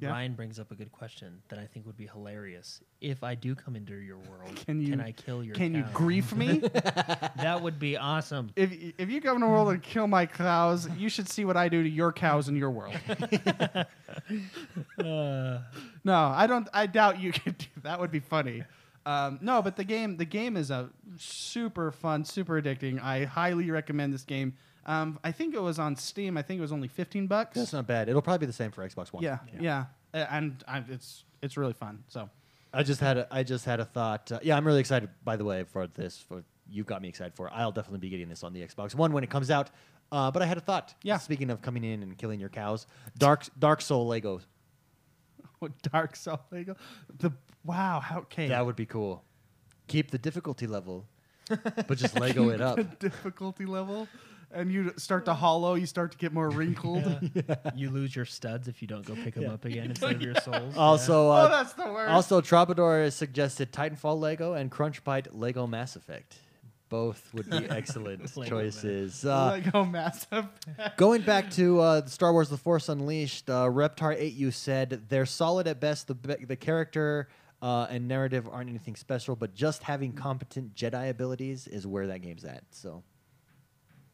Yeah. Ryan brings up a good question that I think would be hilarious. If I do come into your world, Can you- I kill your? Can you cow? grief me? that would be awesome. if if you come in the world and kill my cows, you should see what I do to your cows in your world. Uh, No, I don't. I doubt you could do that. Would be funny. Um, no, but the game the game is a super fun, super addicting. I highly recommend this game. Um, I think it was on Steam. I think it was only fifteen bucks. That's not bad. It'll probably be the same for Xbox One. yeah, yeah, Uh, and I, it's it's really fun. So I just had a, I just had a thought. Uh, yeah, I'm really excited. By the way, for this, for you got me excited for. it. I'll definitely be getting this on the Xbox One when it comes out. Uh, but I had a thought. Yeah. Speaking of coming in and killing your cows, Dark Dark Soul Legos. Dark Souls, the wow, how okay, That would be cool. Keep the difficulty level, but just Lego it up. the difficulty level, and you start to hollow, you start to get more wrinkled. Oh, you lose your studs if you don't go pick them Yeah. up again instead of your souls. Also, Oh, uh, that's the worst. also Troubadour suggested Titanfall Lego and Crunchbite Lego Mass Effect. Both would be excellent Lego choices. Uh, Lego oh, massive. going back to uh, Star Wars: The Force Unleashed, uh, Reptar 8U said they're solid at best. The be- the character. Uh, and narrative aren't anything special, but just having competent Jedi abilities is where that game's at. So,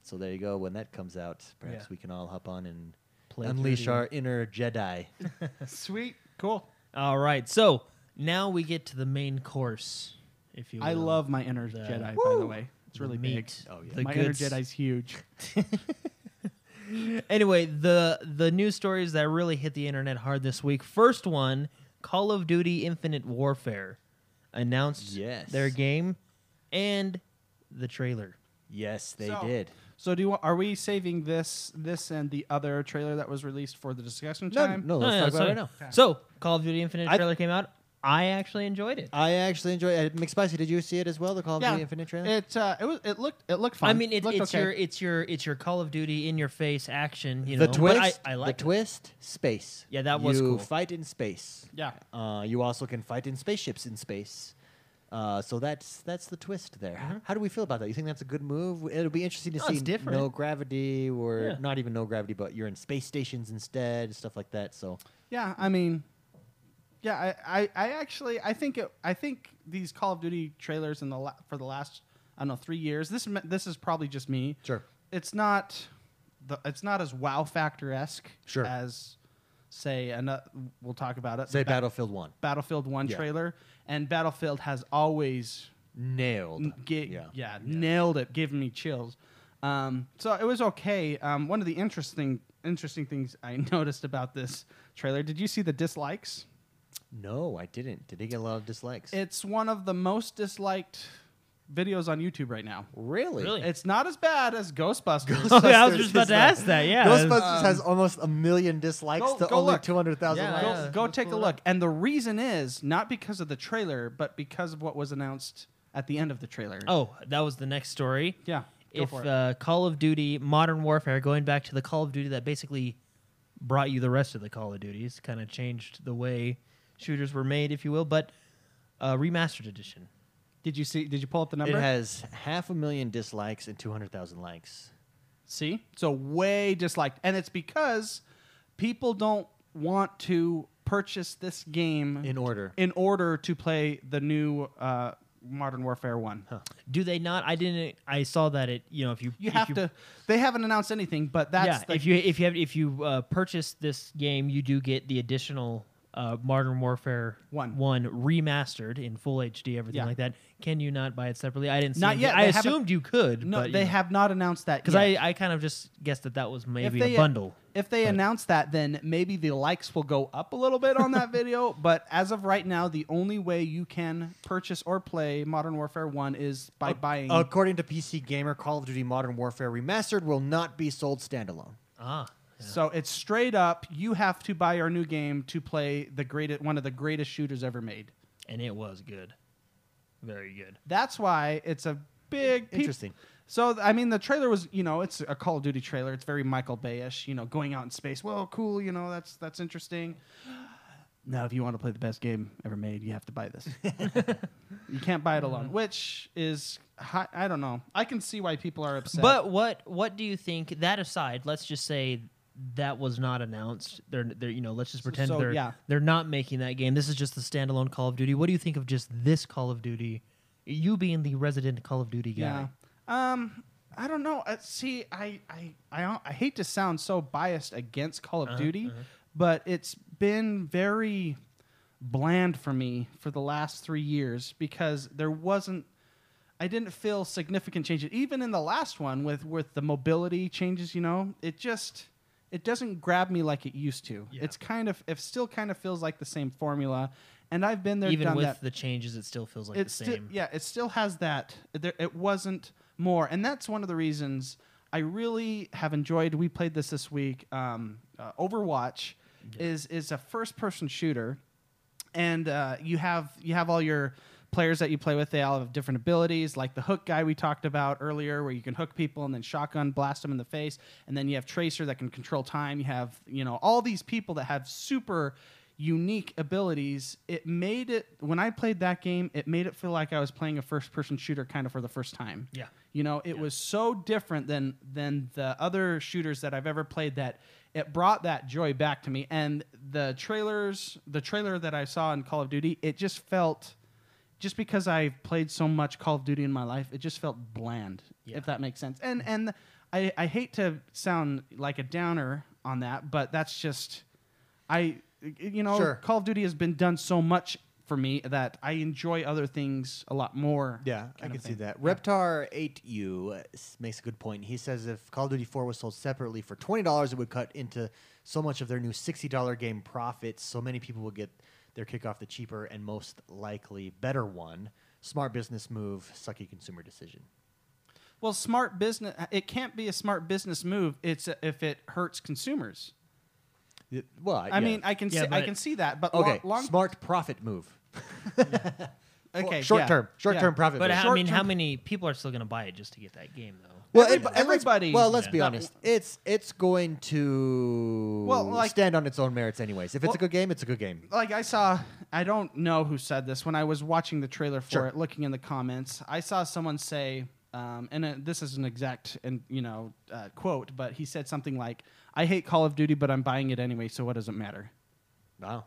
so there you go. When that comes out, perhaps Yeah. we can all hop on and Play unleash through the- our inner Jedi. Sweet, cool. All right, so now we get to the main course. If you, I will. love my inner the- Jedi, by the Woo! way. It's really meat. big. Oh, yeah. The my good inner Jedi's huge. anyway, the the news stories that really hit the internet hard this week. First one, Call of Duty Infinite Warfare. announced Yes. their game and the trailer. Yes, they So- did. So do you, wa- are we saving this this and the other trailer that was released for the discussion time? No, let's talk about it right now. so- Oh, So, Call of Duty Infinite I- trailer came out. I actually enjoyed it. I actually enjoyed it. McSpicy, did you see it as well? The Call of Duty Infinite trailer. It uh, it was it looked it looked fun. I mean, it, looked it's okay. your it's your it's your Call of Duty in your face action. You the know, twist. But I, I like the twist. Space. Yeah, that was you cool. fight in space. yeah. Uh, you also can fight in spaceships in space. Uh, so that's that's the twist there. How, how do we feel about that? You think that's a good move? It'll be interesting to Uh-huh. No, see it's different. no gravity or Yeah. not even no gravity, but you're in space stations instead, stuff like that. So Yeah, I mean, yeah, I, I, I actually, I think, it, I think these Call of Duty trailers in the la- for the last, I don't know, three years. This, m- this is probably just me. Sure. It's not, the, it's not as wow factor esque. Sure. As, say, another, we'll talk about it. say the Ba- Battlefield One Battlefield One Yeah. trailer, and Battlefield has always nailed. N- ga- yeah. yeah. nailed it, giving me chills. Um, so it was okay. Um, one of the interesting interesting things I noticed about this trailer. Did you see the dislikes? No, I didn't. Did he get a lot of dislikes? It's one of the most disliked videos on YouTube right now. really? Really? It's not as bad as Ghostbusters. Oh, yeah, I was just about to ask that. Yeah, Ghostbusters Um, has almost a million dislikes go- to go only look. two hundred thousand Yeah, likes. yeah. go go let's take a pull it look. up. And the reason is not because of the trailer, but because of what was announced at the end of the trailer. Oh, that was the next story. yeah. Go if for it. uh, Call of Duty Modern Warfare, going back to the Call of Duty that basically brought you the rest of the Call of Duties, kind of changed the way shooters were made, if you will, but uh, remastered edition. did you see? Did you pull up the number? It has half a million dislikes and two hundred thousand likes. See? So way disliked. And it's because people don't want to purchase this game In order. in order to play the new uh, Modern Warfare 1. Do they not? I didn't. I saw that it. You know, if you You if have to they haven't announced anything, but that's yeah. the, if you if you have if you uh, purchase this game, you do get the additional uh, Modern Warfare One. one remastered in full HD, everything Yeah. like that. Can you not buy it separately? I didn't. See Not anything. yet, I they haven't- assumed you could. No, but, you they know. have not announced that Because yet. I, I kind of just guessed that that was If maybe they- a bundle. If they but- announce that, then maybe the likes will go up a little bit on that video. But as of right now, the only way you can purchase or play Modern Warfare 1 is by buying. According to PC Gamer, Call of Duty Modern Warfare Remastered will not be sold standalone. Ah. So it's straight up. You have to buy our new game to play the greatest, one of the greatest shooters ever made. And it was good. Very good. That's why it's a big peop- Interesting. So th- I mean, the trailer was, you know, it's a Call of Duty trailer. It's very Michael Bay-ish, you know, going out in space. Well, cool, you know, that's that's interesting. Now, if you want to play the best game ever made, you have to buy this. you can't buy it alone, which is, hi- I don't know. I can see why people are upset. But what what do you think? That aside, let's just say that was not announced. They're, they're you know let's just pretend so, they're yeah. they're not making that game. This is just the standalone Call of Duty. What do you think of just this Call of Duty? You being the resident Call of Duty guy. Yeah. Um, I don't know. Uh, see, I, I, I, don't- I hate to sound so biased against Call Uh-huh, of Duty, but it's been very bland for me for the last three years because there wasn't. I didn't feel significant changes, even in the last one with with the mobility changes. You know, it just it doesn't grab me like it used to. Yeah. It's kind of it still kind of feels like the same formula, and I've been there Even done with that the changes, it still feels like it's the still same. yeah, it still has that. There, it wasn't more, and that's one of the reasons I really have enjoyed. We played this this week. Um, uh, Overwatch is is a first person shooter, and uh, you have you have all your players that you play with. They all have different abilities, like the hook guy we talked about earlier, where you can hook people and then shotgun blast them in the face, and then you have Tracer that can control time. You have you know all these people that have super unique abilities it made it when i played that game it made it feel like i was playing a first person shooter kind of for the first time Yeah. you know it was so different than than the other shooters that i've ever played that it brought that joy back to me and the trailers the trailer that i saw in call of duty it just felt just because I've played so much Call of Duty in my life, it just felt bland, Yeah. if that makes sense. And and I, I hate to sound like a downer on that, but that's just I you know Sure. Call of Duty has been done so much for me that I enjoy other things a lot more. Yeah, I kind can of see thing. that. Reptar8U uh, s- makes a good point. He says if Call of Duty 4 was sold separately for $20, it would cut into so much of their new $60 game profits. So many people would get They're kick off the cheaper and most likely better one. Smart business move, sucky consumer decision. Well, smart business. It can't be a smart business move. It's if it hurts consumers. Y- Well, I mean, I can Yeah, see, I but- can see that, but okay, long, long smart profit move. okay, short yeah, term, short yeah. term profit. But move. I mean, how Short-term- many people are still going to buy it just to get that game though? Well, Every- and- and let's- everybody- well, let's Yeah. be Not- honest. It's it's going to Well, like- stand on its own merits, anyways. If it's Well- a good game, it's a good game. Like I saw, I don't know who said this. When I was watching the trailer for Sure. it, looking in the comments, I saw someone say, um, and uh, this is an exact and you know uh, quote, but he said something like, "I hate Call of Duty, but I'm buying it anyway, so what does it matter?" Wow.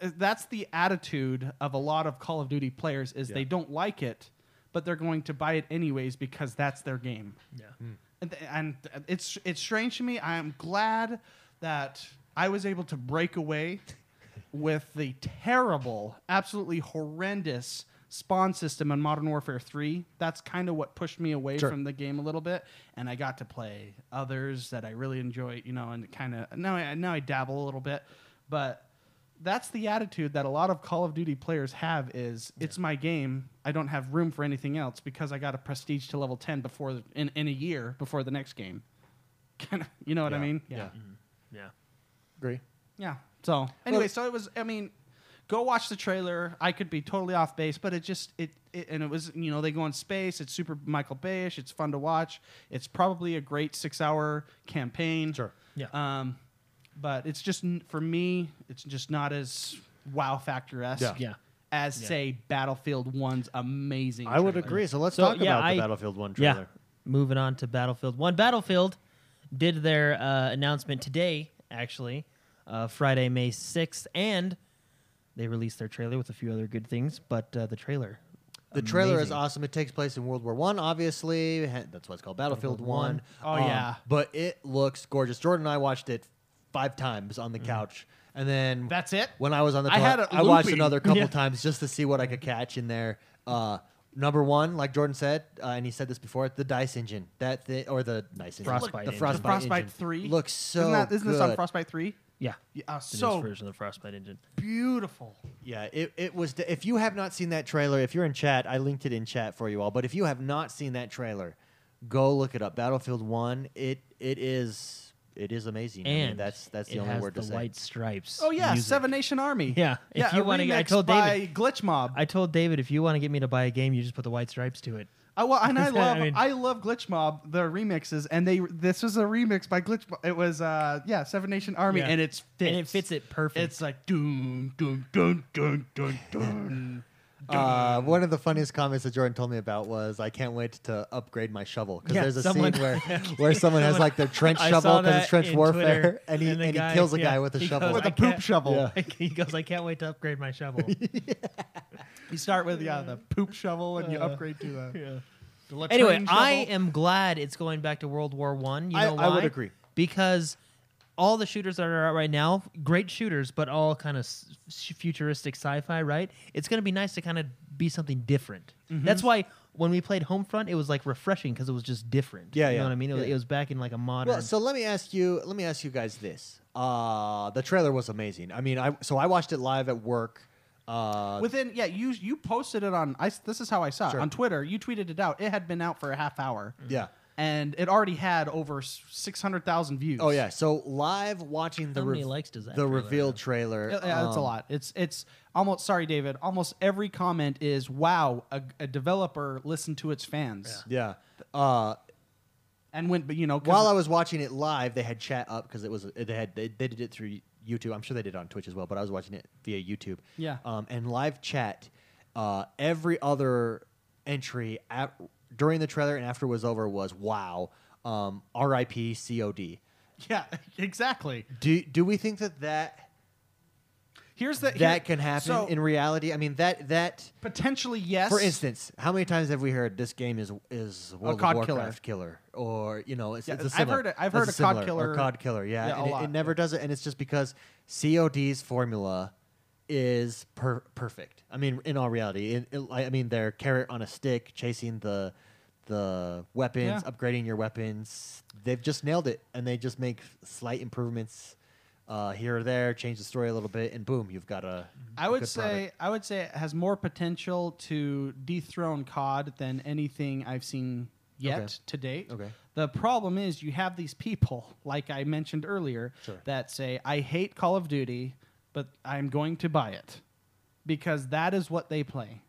Th- That's the attitude of a lot of Call of Duty players: is they Yeah. don't like it, but they're going to buy it anyways because that's their game. Yeah. Hmm. and, and it's it's strange to me. I am glad that I was able to break away with the terrible, absolutely horrendous spawn system in Modern Warfare 3. That's kind of what pushed me away Sure. from the game a little bit, and I got to play others that I really enjoy, you know, and kind of now I now I dabble a little bit, but that's the attitude that a lot of Call of Duty players have is it's my game. I don't have room for anything else because I got a prestige to level 10 before the, in, in a year before the next game. Kind of, you know what I Yeah. mean? Yeah. Yeah. Agree. Yeah. So, anyway, Well- so it was I mean, go watch the trailer. I could be totally off base, but it just it, it and it was, you know, they go in space. It's super Michael Bayish. It's fun to watch. It's probably a great 6-hour campaign. Sure. Yeah. Um, but it's just n- for me, it's just not as wow factor esque Yeah. Yeah. as Yeah. say Battlefield One's amazing. I would trailer. agree. So let's So, talk yeah, about I- the Battlefield One trailer. Moving on to Battlefield 1. Battlefield did their uh, announcement today, actually, uh, Friday, May 6th, and they released their trailer with a few other good things, but uh, the trailer. The trailer is amazing. awesome. It takes place in World War One, obviously. Ha- That's why it's called Battlefield World War One. Um, One. Oh, yeah. But it looks gorgeous. Jordan and I watched it five times on the couch, and then That's it? When I was on the, I toilet, had it I watched looping. another couple Yeah. times just to see what I could catch in there. Uh, number one, like Jordan said, uh, and he said this before, the dice engine that thi- or the dice engine, Frostbite the engine. frostbite, The Frostbite engine Three looks so Isn't, that, isn't this on good. Frostbite Three? Yeah. Yeah, uh, The so newest version of the Frostbite engine. beautiful. Yeah, it, it was. De- if you have not seen that trailer, if you're in chat, I linked it in chat for you all. But if you have not seen that trailer, go look it up. Battlefield One. It it is it is amazing. I mean, And that's that's the it only has word the to say. white stripes. Oh yeah, music. Seven Nation Army. Yeah, if yeah. you a wanna- I remix told by David- Glitch Mob. I, I told David if you want to get me to buy a game, you just put the white stripes to it. well, and I I love I, mean- love Glitch Mob the remixes, and they this was a remix by Glitch. Mob. It was uh yeah Seven Nation Army, Yeah. and it's fits. And it fits it perfect. It's like doom doom doom doom doom doom. Um, Uh, one of the funniest comments that Jordan told me about was, "I can't wait to upgrade my shovel." Because Yeah, there's a someone- scene where where someone has Someone- like their trench I shovel saw because that it's trench in warfare, Twitter, and he the and guy- he kills a yeah, guy with a he shovel. goes, With a "I poop can't-" shovel. Yeah. he goes, I can't wait to upgrade my shovel. You start with yeah the poop shovel, and you Uh, upgrade to the. the latrine Anyway, I shovel. am glad it's going back to World War One. You I- know why? I would agree. because all the shooters that are out right now, great shooters, but all kind of s- s- futuristic sci-fi. Right? It's going to be nice to kind of be something different. Mm-hmm. That's why when we played Homefront, it was like refreshing because it was just different. Yeah, you yeah, know what I mean. It, was, yeah. it was back in like a modern. Well, so let me ask you. Let me ask you guys this. Uh, the trailer was amazing. I mean, I so I watched it live at work. Uh, within yeah you you posted it on I, s- this is how i saw it Sure. on twitter you tweeted it out it had been out for a half hour yeah. and it already had over s- 600000 views Oh yeah. So live watching the How many rev- likes does that the trailer reveal have? trailer. yeah, yeah, that's a um, lot it's it's almost sorry david almost every comment is wow a, a developer listened to its fans Yeah. Uh, and went but you know 'cause- while I was watching it live, they had chat up because it was they had they, they did it through YouTube. I'm sure they did it on Twitch as well, but I was watching it via YouTube. Yeah. Um, and live chat, uh, every other entry at, during the trailer and after it was over was wow. Um, R.I.P. C.O.D. yeah exactly Do do we think that that here's the here- that can happen so, in reality? I mean that that potentially yes for instance, how many times have we heard this game is is World of COD Warcraft killer. or you know it's, Yeah, it's a I've similar- heard it- I've that's heard a a COD similar, killer- or COD killer yeah, Yeah, a and it- it, lot, never does it and it's just because COD's formula is per- perfect. I mean in all reality, it, it- I I mean they're carrot on a stick chasing the the weapons, Yeah. upgrading your weapons. They've just nailed it and they just make slight improvements uh, here or there, change the story a little bit, and boom, you've got a. I a would good say product. I would say it has more potential to dethrone COD than anything I've seen yet Okay. to date. Okay. The problem is you have these people, like I mentioned earlier, Sure. that say I hate Call of Duty, but I'm going to buy it because that is what they play.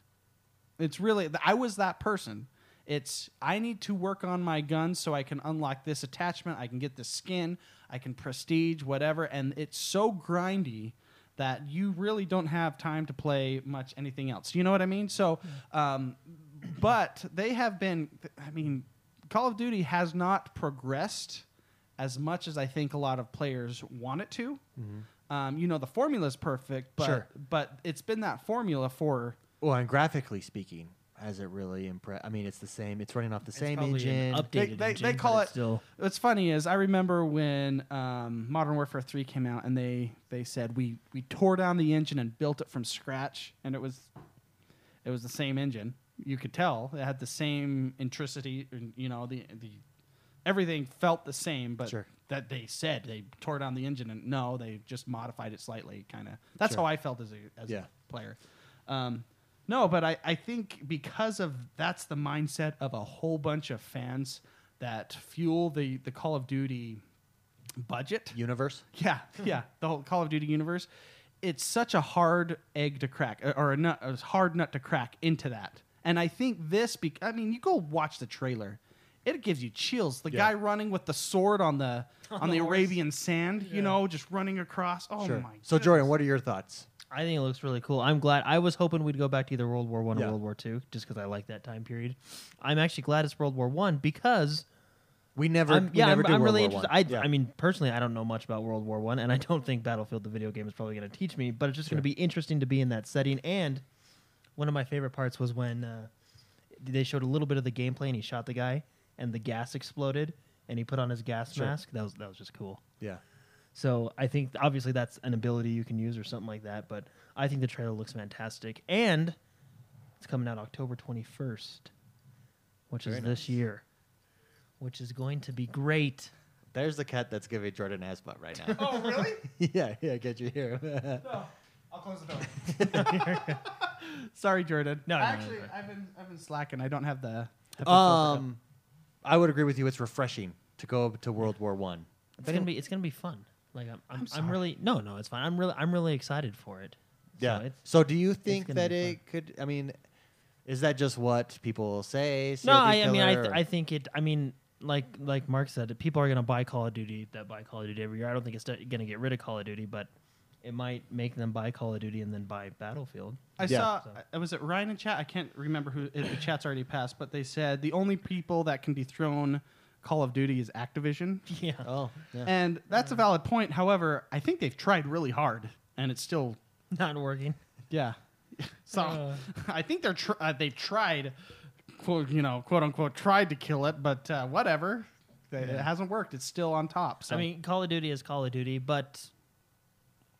It's really I was that person. It's I need to work on my gun so I can unlock this attachment, I can get this skin, I can prestige whatever and it's so grindy that you really don't have time to play much anything else. You know what I mean? So um, but they have been I mean Call of Duty has not progressed as much as I think a lot of players want it to. Um, you know the formula's perfect, but Sure. but it's been that formula for Well, and graphically speaking, has it really impressed? I mean, it's the same. It's running off the same probably engine. an updated they, they, engine, they but call it's it still what's funny is i remember when um, modern warfare 3 came out and they they said we we tore down the engine and built it from scratch and it was it was the same engine you could tell it had the same intricity and, you know the the everything felt the same but Sure. that they said they tore down the engine and no they just modified it slightly kind of that's Sure. how i felt as a as Yeah. a player um, no, but I, I think because of that's the mindset of a whole bunch of fans that fuel the, the Call of Duty budget. universe. Yeah, yeah, the whole Call of Duty universe. It's such a hard egg to crack, uh, or- or a, nut, a hard nut to crack into that. And I think this, bec I mean, you go watch the trailer. It gives you chills. The Yeah. guy running with the sword on the on, the, the horse. Arabian sand, you know, just running across. Oh sure. my! so, Jordan, goodness. what are your thoughts? I think it looks really cool. I'm glad. I was hoping we'd go back to either World War One Yeah. or World War Two, just because I like that time period. I'm actually glad it's World War One because We never. I'm, we yeah, never I'm, do I'm World really War interested. One. I, Yeah. I mean, personally, I don't know much about World War One, and I don't think Battlefield, the video game, is probably going to teach me. But it's just going to be interesting to be in that setting. And one of my favorite parts was when uh, they showed a little bit of the gameplay, and he shot the guy, and the gas exploded, and he put on his gas Sure. mask. That was that was just cool. yeah. So I think obviously that's an ability you can use or something like that. But I think the trailer looks fantastic, and it's coming out October twenty first, which Very is this year, which is going to be great. There's the cat that's giving Jordan ass butt right now. Oh really? yeah, yeah, get you here. No, I'll close the door. Sorry, Jordan. No, no, no, actually, no. I've been I've been slacking. I don't have the. the um, I would agree with you. It's refreshing to go to World War One. It's gonna be it's gonna be fun. Like I'm I'm, I'm I'm, sorry. really no no it's fine. I'm really I'm really excited for it. Yeah. So So, it's, do you think gonna that be it could? I mean, is that just what people say? no, serial I, I mean I, killer, th- or- I think it. I mean like like Mark said, people are gonna buy Call of Duty that buy Call of Duty every year. I don't think it's gonna get rid of Call of Duty, but it might make them buy Call of Duty and then buy Battlefield. I Yeah. saw. I was at Ryan and chat. I can't remember who. It, the chat's already passed, but they said the only people that can dethrone Call of Duty is Activision, Yeah. Oh, yeah. and that's a valid point. However, I think they've tried really hard, and it's still Not working. yeah. So Uh. I think they're tr- uh, they've tried, quote you know quote unquote tried to kill it, but uh, whatever. It- It hasn't worked. It's still on top. Oh. So I mean, Call of Duty is Call of Duty, but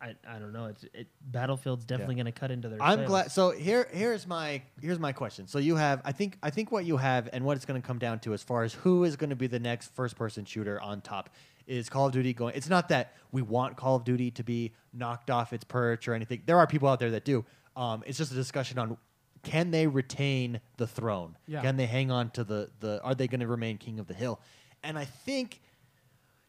I I don't know. It's it, Battlefield's definitely gonna cut into their. I'm sales. glad. So here, here's my here's my question. So you have, I think, I think what you have, and what it's going to come down to, as far as who is going to be the next first-person shooter on top, is Call of Duty going. It's not that we want Call of Duty to be knocked off its perch or anything. There are people out there that do. Um, it's just a discussion on can they retain the throne? Yeah. Can they hang on to the the? Are they going to remain king of the hill? And I think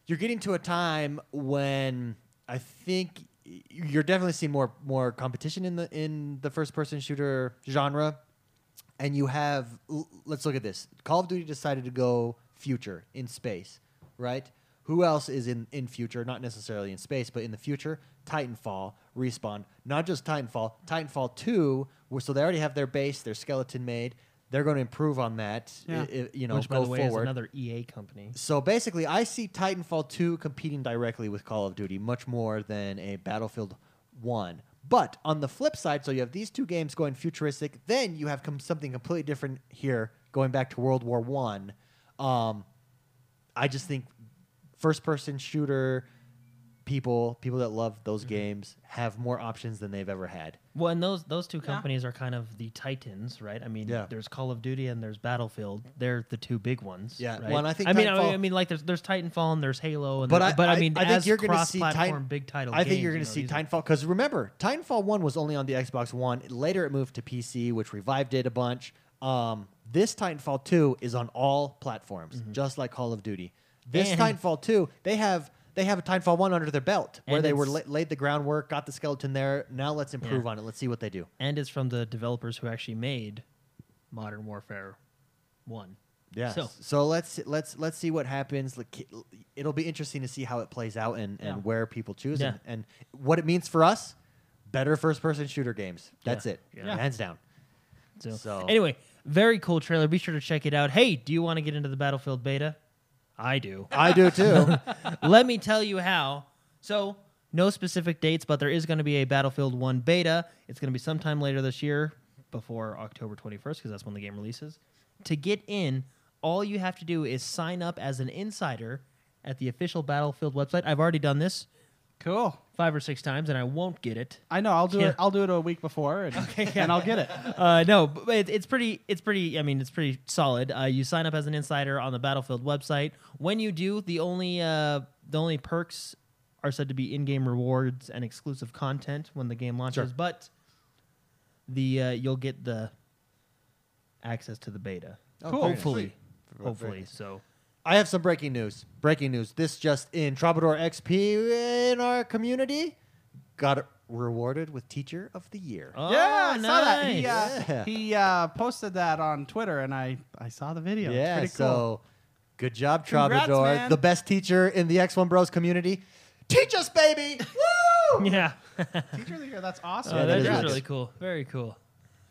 you're getting to a time when I think y- you're definitely seeing more more competition in the in the first person shooter genre, and you have l- let's look at this. Call of Duty decided to go future in space, right? Who else is in in future? Not necessarily in space, but in the future. Titanfall, respawn. Not just Titanfall. Titanfall two. where- So they already have their base, their skeleton made. They're going to improve on that. Yeah. i- i- you know, Which go by the way forward. is another EA company. So basically, I see Titanfall 2 competing directly with Call of Duty much more than a Battlefield 1. But on the flip side, so you have these two games going futuristic, then you have com- something completely different here going back to World War 1. Um, I just think first person shooter people, people that love those games, have more options than they've ever had. Well, and those those two companies are kind of the titans, right? I mean, Yeah. there's Call of Duty and there's Battlefield. They're the two big ones. Yeah, Right? well, and I think I mean, I- Titanfall- I mean, like there's there's Titanfall and there's Halo, and But there- I, but I mean, I, as think you're going to see cross-platform Titan- big title. I think you're going to see Titanfall because remember, Titanfall One was only on the Xbox One. Later, it moved to PC, which revived it a bunch. Um, this Titanfall Two is on all platforms, just like Call of Duty. This Mm-hmm. And- Titanfall Two, they have they have a Titanfall One under their belt where And they were la- it's- laid the groundwork, got the skeleton there. Now let's improve on it. Let's see what they do. and it's from the developers who actually made Modern Warfare One. Yeah. So, So let's let's let's see what happens. Like, ki- It'll be interesting to see how it plays out and, Yeah. and where people choose Yeah. and, and what it means for us. Better first person shooter games. That's Yeah. it. Yeah. Hands down. So, So- anyway, very cool trailer. Be sure to check it out. Hey, do you want to get into the Battlefield beta? I do. I do too. Let me tell you how. So, no specific dates, but there is going to be a Battlefield 1 beta. It's going to be sometime later this year, before October 21st, because that's when the game releases. To get in, all you have to do is sign up as an insider at the official Battlefield website. I've already done this Cool. five or six times, and I won't get it. I know. I'll do Yeah. it. I'll do it a week before, and, and I'll get it. uh, no, but it, it's pretty. It's pretty. I mean, it's pretty solid. Uh, you sign up as an insider on the Battlefield website. When you do, the only uh, the only perks are said to be in-game rewards and exclusive content when the game launches. Sure. But the uh, you'll get the access to the beta. Oh, Cool. Hopefully, Sweet. hopefully. So I have some breaking news. Breaking news. This just in Troubadour XP in our community got rewarded with Teacher of the Year. oh, yeah, I saw that. He, uh, nice. Yeah. he uh, posted that on Twitter, and I, I saw the video. It's yeah. pretty cool. So good job, Congrats, Troubadour. man. the best teacher in the X1 Bros community. Teach us, baby. Woo! yeah. Teacher of the year. That's awesome. Oh, Yeah, that is that is really cool. Very cool.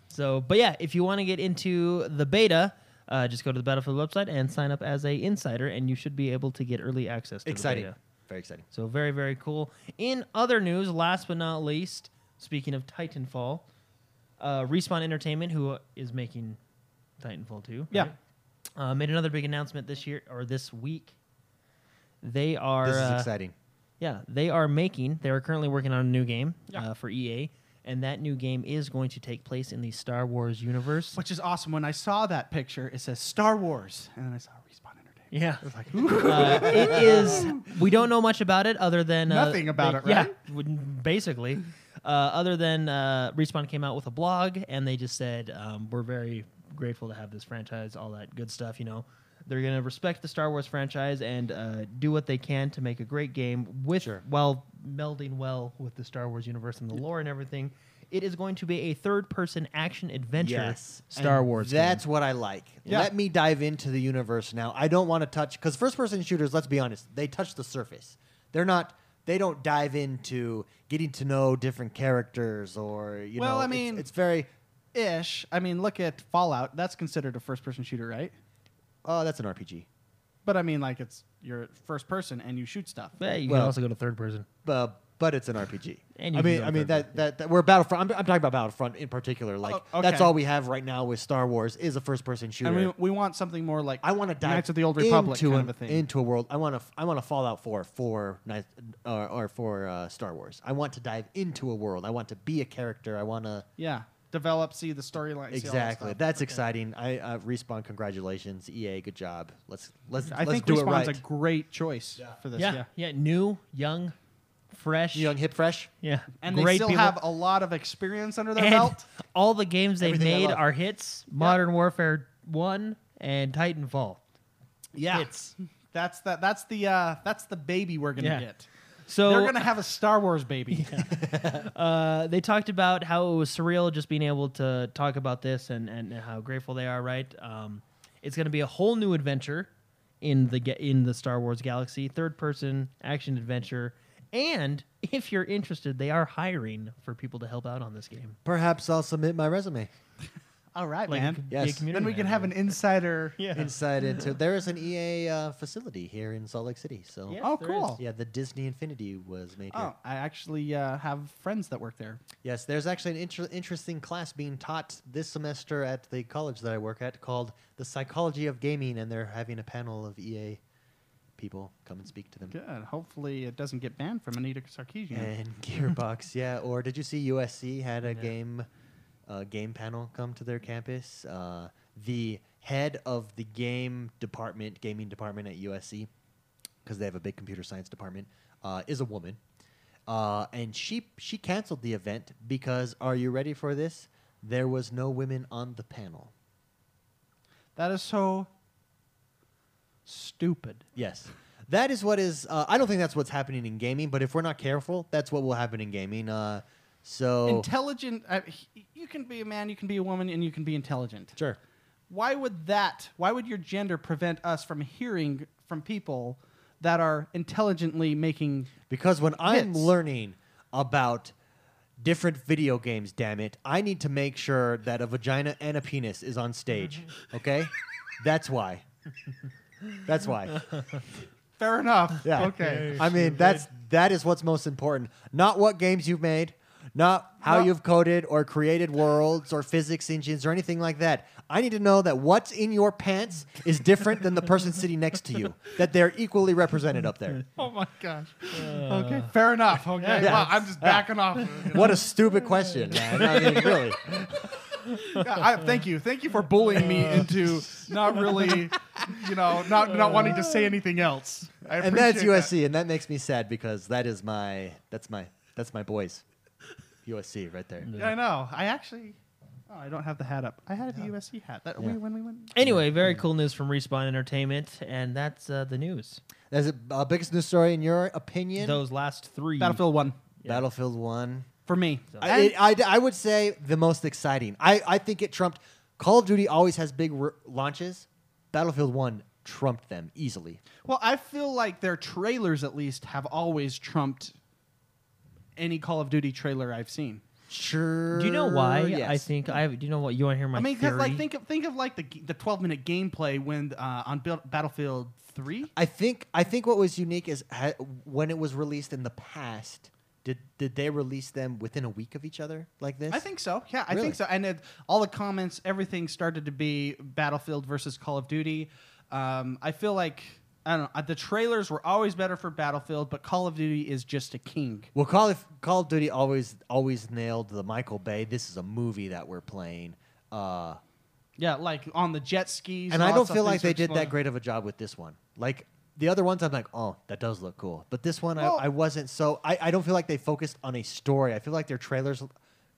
So, but yeah, if you want to get into the beta, uh, just go to the Battlefield website and sign up as a insider, and you should be able to get early access to Exciting. the beta. Very exciting. So, very, very cool. In other news, last but not least, speaking of Titanfall, uh, Respawn Entertainment, who is making Titanfall 2, Yeah. right? uh, made another big announcement this year or this week. They are This is uh, exciting. yeah, they are making. They are currently working on a new game uh, for EA, and that new game is going to take place in the Star Wars universe. Which is awesome. When I saw that picture, it says Star Wars, and then I saw Respawn Entertainment. Yeah, I was like, ooh. uh, it is. We don't know much about it other than uh, Nothing about it, yeah, right? wouldn't- basically, uh, other than uh, Respawn came out with a blog and they just said um, we're very grateful to have this franchise, all that good stuff. You know, they're gonna respect the Star Wars franchise and uh, do what they can to make a great game with while melding well with the Star Wars universe and the lore and everything. It is going to be a third-person action adventure Star And Wars. game. That's what I like. Yeah. Let me dive into the universe now. I don't want to touch because first-person shooters. Let's be honest, they touch the surface. They're not. They don't dive into getting to know different characters or you Well, know. I it's- mean- it's, very. ish. I mean, look at Fallout. That's considered a first-person shooter, right? Oh, that's an RPG. But I mean, like it's you're first person and you shoot stuff. Yeah, you well- can also go to third person. Uh, but it's an RPG. And you I can mean, go I mean third that, that that we're Battlefront. I'm, I'm talking about Battlefront in particular. Like Oh, that's okay. all we have right now with Star Wars is a first-person shooter. And we, we want something more like I want to dive Knights of the Old Republic into kind an- of a thing. into a world. I want to I want to Fallout Four for Knights or, or for uh, Star Wars. I want to dive into a world. I want to be a character. I want to yeah, develop, see the storyline. see all that exactly. stuff. That's exciting. I uh, respawn. Congratulations, EA. Good job. Let's let's I let's think do Respawn's it right. a great choice for this. Yeah, yeah, yeah, new, young, fresh, Young hip fresh. yeah, and great they still people. have a lot of experience under their And belt. all the games they Everything I made love. are hits: Modern Warfare One and Titanfall. Yeah, hits. that's that. That's the uh, that's the baby we're gonna Yeah. get. So They're gonna have a Star Wars baby. uh, they talked about how it was surreal just being able to talk about this and, and how grateful they are. Right, um, it's going to be a whole new adventure in the ga- in the Star Wars galaxy, third person action adventure. And if you're interested, they are hiring for people to help out on this game. Perhaps I'll submit my resume. All right, Like, it man. could be a Yes. community Then we can have manager. an insider. Inside into there is an EA uh, facility here in Salt Lake City. So Yeah. Oh, there is. cool. yeah, the Disney Infinity was made here. Oh, I actually uh, have friends that work there. Yes, there's actually an inter- interesting class being taught this semester at the college that I work at called The Psychology of Gaming, and they're having E a panel of EA people come and speak to them. Good. Hopefully, it doesn't get banned from Anita Sarkeesian. And Gearbox, yeah. Or did you see USC had a game, uh, game panel come to their campus? Uh, the head of the game department, gaming department at USC, because they have a big computer science department, uh, is a woman, uh, and she she canceled the event because are you ready for this? There was no women on the panel. That is so stupid. Yes. That is what is. Uh, I don't think that's what's happening in gaming, but if we're not careful, that's what will happen in gaming. Uh, so Intelligent. Uh, he- you can be a man, you can be a woman, and you can be intelligent. sure. Why would that? Why would your gender prevent us from hearing from people that are intelligently making? Because when I'm Hits. learning about different video games, damn it, I need to make sure that a vagina and a penis is on stage. Okay? That's why. That's why. Fair enough. Yeah. Okay. I mean, that's that is what's most important. Not what games you've made, not how No. you've coded or created worlds or physics engines or anything like that. I need to know that what's in your pants is different than the person sitting next to you. That they're equally represented up there. Oh my gosh. okay. Uh, Fair enough. Okay. Yeah. Wow, I'm just backing off. What a stupid question, man. I mean, really. Yeah, I, thank you. Thank you for bullying me into not really, you know, not not wanting to say anything else. I and that's appreciate that. USC, and that makes me sad because that is my that's my that's my boys, USC right there. Yeah, I know. I actually, oh, I don't have the hat up. I had the USC hat. That we, when we went. Anyway, very cool news from Respawn Entertainment, and that's uh, the news. That's the uh, biggest news story in your opinion. Those last three. Battlefield One Battlefield One. for me. I, And- it- I'd- I would say the most exciting. I, I think it trumped. Call of Duty always has big r- launches. Battlefield One trumped them easily. well, I feel like their trailers, at least, have always trumped any Call of Duty trailer I've seen. Sure. Do you know why? I yes. think I. Do you know what you want to hear my I mean, 'cause, theory? like think of think of like the g- the twelve minute gameplay when uh, on Bil- Battlefield Three. I think I think what was unique is ha- when it was released in the past. Did did they release them within a week of each other like this? I think so. Yeah, I Really? think so. And it, all the comments, everything started to be Battlefield versus Call of Duty. Um, I feel like I don't know. uh, The trailers were always better for Battlefield, but Call of Duty is just a king. Well, Call of, Call of Duty always always nailed the Michael Bay. This is a movie that we're playing, uh, Yeah, like on the jet skis. and I all don't that feel stuff, like things they are did slow. that great of a job with this one. Like the other ones, I'm like, oh, that does look cool, but this one, Well- I, I wasn't so. I, I don't feel like they focused on a story. I feel like their trailers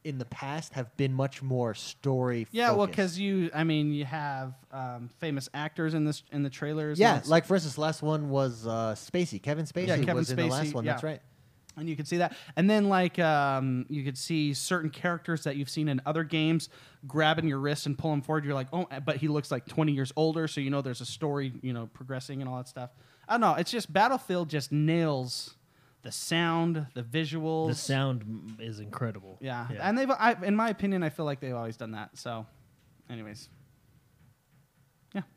in the past have been much more story. Yeah, well, focused. because you, I mean, you have um, famous actors in this in the trailers. yeah, and it's- like for instance, last one was uh, Spacey. Kevin Spacey Kevin was in the last Spacey, one. yeah. That's right. and you could see that and then like um, you could see certain characters that you've seen in other games grabbing your wrist and pulling forward you're like oh but he looks like 20 years older so you know there's a story you know progressing and all that stuff i don't know it's just battlefield just nails the sound the visuals the sound m- is incredible. yeah, and they've I, in my opinion i feel like they've always done that so anyways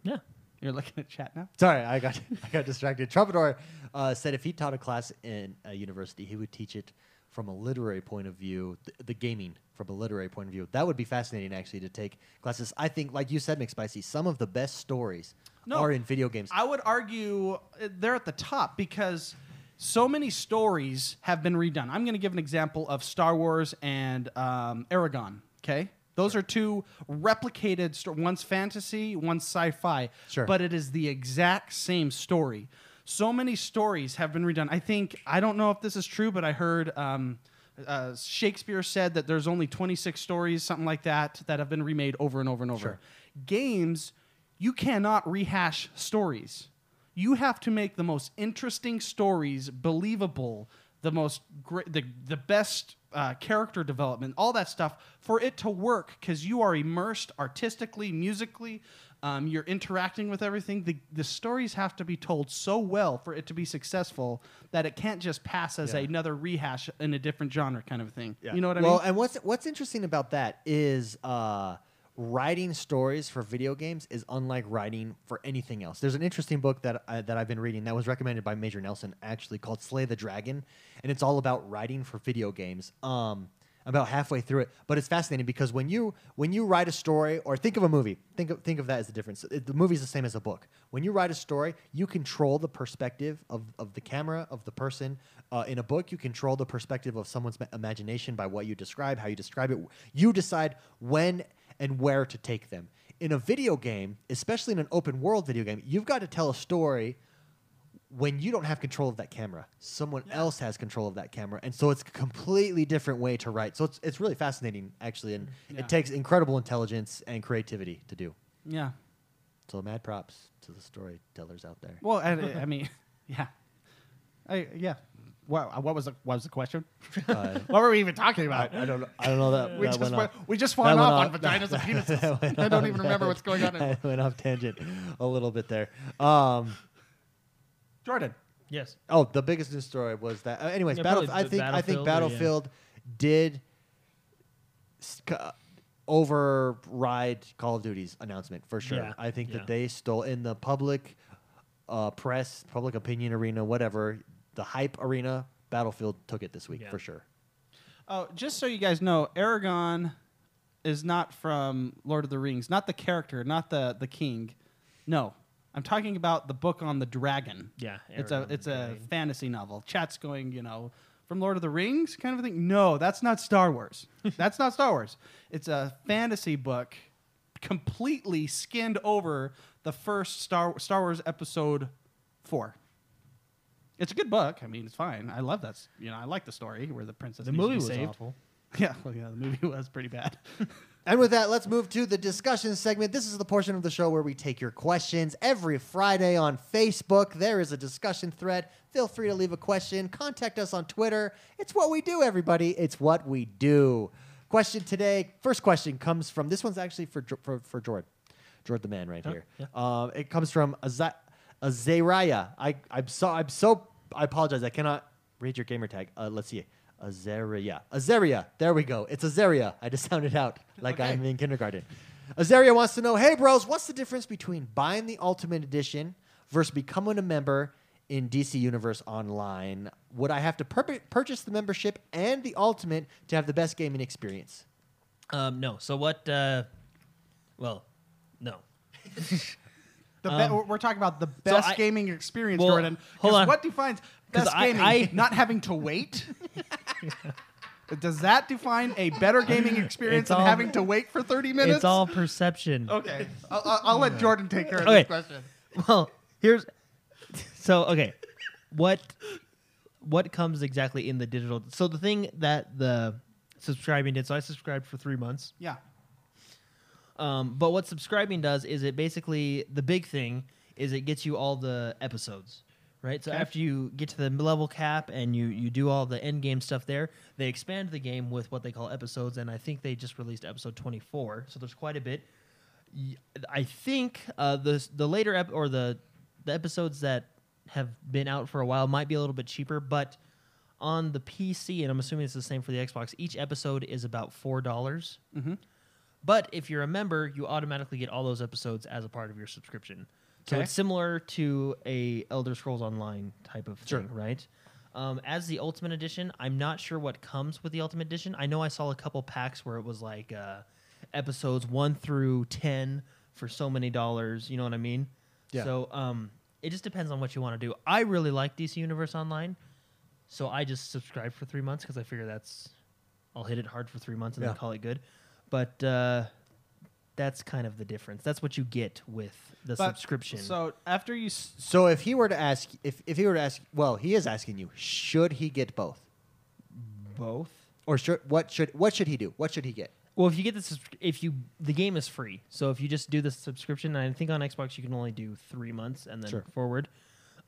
yeah. you're looking at chat now Sorry, I got I got distracted. Troubadour uh, said if he taught a class in a university, he would teach it from a literary point of view, th- the gaming from a literary point of view. That would be fascinating, actually, to take classes. I think, like you said, McSpicy, some of the best stories No. are in video games. I would argue uh, they're at the top because so many stories have been redone. I'm going to give an example of Star Wars and um, Aragon. Okay, those are two replicated. Sto- one's fantasy, one's sci-fi. Sure. but it is the exact same story. So many stories have been redone. I think I don't know if this is true, but I heard. Um, uh, Shakespeare said that there's only 26 stories, something like that, that have been remade over and over and over. Games, you cannot rehash stories. You have to make the most interesting stories believable, the most great, the, the best uh, character development, all that stuff for it to work because you are immersed artistically, musically. Um, you're interacting with everything. The, the stories have to be told so well for it to be successful that it can't just pass as Yeah. another rehash in a different genre kind of thing. You know what I well, mean? and what's what's interesting about that is uh, writing stories for video games is unlike writing for anything else. There's an interesting book that I, that I've been reading that was recommended by Major Nelson actually called Slay the Dragon, and it's all about writing for video games. Um, about halfway through it. But it's fascinating because when you when you write a story or think of a movie, think of think of that as the difference. It- the movie's the same as a book. When you write a story, you control the perspective of, of the camera of the person. Uh, in a book, you control the perspective of someone's ma- imagination by what you describe, how you describe it. You decide when and where to take them. In a video game, especially in an open world video game, you've got to tell a story when you don't have control of that camera, someone else has control of that camera, and so it's a completely different way to write. So it's it's really fascinating, actually, and Yeah. it takes incredible intelligence and creativity to do. Yeah. So mad props to the storytellers out there. Well, I, I mean, yeah. I, yeah. What, what was the, what was the question? Uh, what were we even talking about? I don't know. I don't know that. we that just went went, off. we just That went went off on off. vaginas and penises. I don't even remember what's going on. I anymore. went off tangent a little bit there. Um, Jordan. Yes. Oh, the biggest news story was that. Uh, anyways, Yeah, Battle, probably I the think I think Battlefield Battlefield did sc- uh, override Call of Duty's announcement for sure. Yeah, I think yeah. that they stole in the public uh, press, public opinion arena, whatever the hype arena. Battlefield took it this week Yeah. for sure. Oh, just so you guys know, Aragon is not from Lord of the Rings, not the character, not the the king. No, I'm talking about the book on the dragon. Yeah, it's a Aragon the it's a Dragon. fantasy novel. Chat's going, you know, from Lord of the Rings kind of a thing. No, that's not Star Wars. that's not Star Wars. It's a fantasy book, completely skinned over the first Star Star Wars episode four. It's a good book. I mean, it's fine. I love that. s- You know, I like the story where the princess. The needs to movie be was saved. awful. Yeah, well, yeah, the movie was pretty bad. And with that, let's move to the discussion segment. This is the portion of the show where we take your questions. Every Friday on Facebook, there is a discussion thread. Feel free to leave a question. Contact us on Twitter. It's what we do, everybody. It's what we do. Question today. First question comes from this one's actually for Jo- for, for Jordan, Jordan the man right Yeah, here. yeah. Um, it comes from Aza- Azariah. I I'm so I'm so I apologize. I cannot read your gamer tag. Uh, let's see. Azaria. Azaria. There we go. It's Azaria. I just sounded out like Okay. I'm in kindergarten. Azaria wants to know, "Hey bros, what's the difference between buying the Ultimate Edition versus becoming a member in DC Universe Online? Would I have to pur- purchase the membership and the Ultimate to have the best gaming experience?" Um, no. So what? Uh, well, no. The Um, be- we're- we're talking about the best I- gaming experience, well, Jordan. 'cause hold on. What defines 'Cause best I- gaming? I- not having to wait. Does that define a better gaming experience It's than all- having to wait for thirty minutes? It's all perception. okay. I'll, I'll, I'll let Jordan take care of Okay. this question. Well, here's so okay. What what comes exactly in the digital? So the thing that the subscribing did. So I subscribed for three months. Yeah. Um, but what subscribing does is it basically the big thing is it gets you all the episodes, right? So Okay. after you get to the level cap and you you do all the end game stuff there, they expand the game with what they call episodes, and I think they just released episode twenty four. So there's quite a bit. Y- I think uh, the the later ep- or the the episodes that have been out for a while might be a little bit cheaper, but on the PC, and I'm assuming it's the same for the Xbox, each episode is about four dollars. But if you're a member, you automatically get all those episodes as a part of your subscription. So Okay. it's similar to a Elder Scrolls Online type of thing, Sure. right? Um, as the Ultimate Edition, I'm not sure what comes with the Ultimate Edition. I know I saw a couple packs where it was like uh, episodes one through ten for so many dollars. You know what I mean? Yeah. So um, it just depends on what you want to do. I really like DC Universe Online, so I just subscribed for three months because I figure that's I'll hit it hard for three months and Yeah. then call it good. But uh, that's kind of the difference. That's what you get with the But- subscription. So after you, s- So if he were to ask, if, if he were to ask, well, he is asking you, should he get both, both. or should what should what should he do? What should he get? Well, if you get the subs- if you the game is free, so if you just do the subscription, and I think on Xbox you can only do three months and then Sure. forward.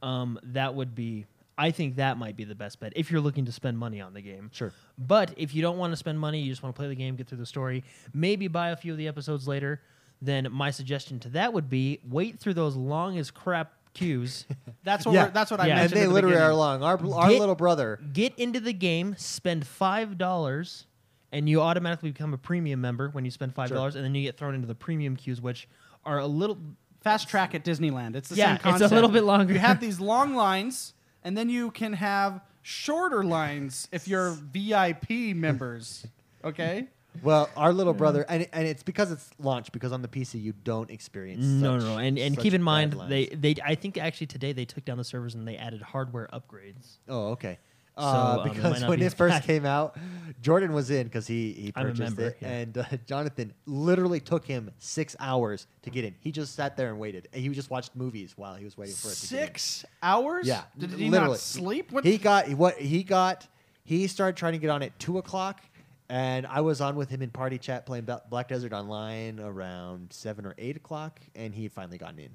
Um, that would be, I think that might be the best bet if you're looking to spend money on the game. Sure. But if you don't want to spend money, you just want to play the game, get through the story, maybe buy a few of the episodes later. Then my suggestion to that would be wait through those long as crap queues. that's what Yeah. we're, that's what I Yeah. And mentioned. they at the literally are beginning. long. Our our Get- little brother. get into the game, spend five dollars, and you automatically become a premium member when you spend five dollars, and then you get thrown into the premium queues, which are a little. fast track at Disneyland. It's the Yeah, same it's a concept. little bit longer. You have these long lines, and then you can have shorter lines if you're VIP members. Okay. Well, our little brother, and, and it's because it's launched because on the PC you don't experience. No, such- no, no, and and such keep in mind guidelines. they they I think actually today they took down the servers and they added hardware upgrades. Oh, okay. Uh, um, it might because not when be it first bad. came out, Jordan was in because he, he I'm a purchased member, it, yeah. and uh, Jonathan literally took him six hours to get in. He just sat there and waited. He just watched movies while he was waiting for it. To get in. Six hours? Yeah, Did he literally. not sleep? What He got what he got. He started trying to get on at two o'clock, and I was on with him in party chat playing Bel- Black Desert Online around seven or eight o'clock, and he had finally gotten in.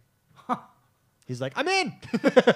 He's like, "I'm in,"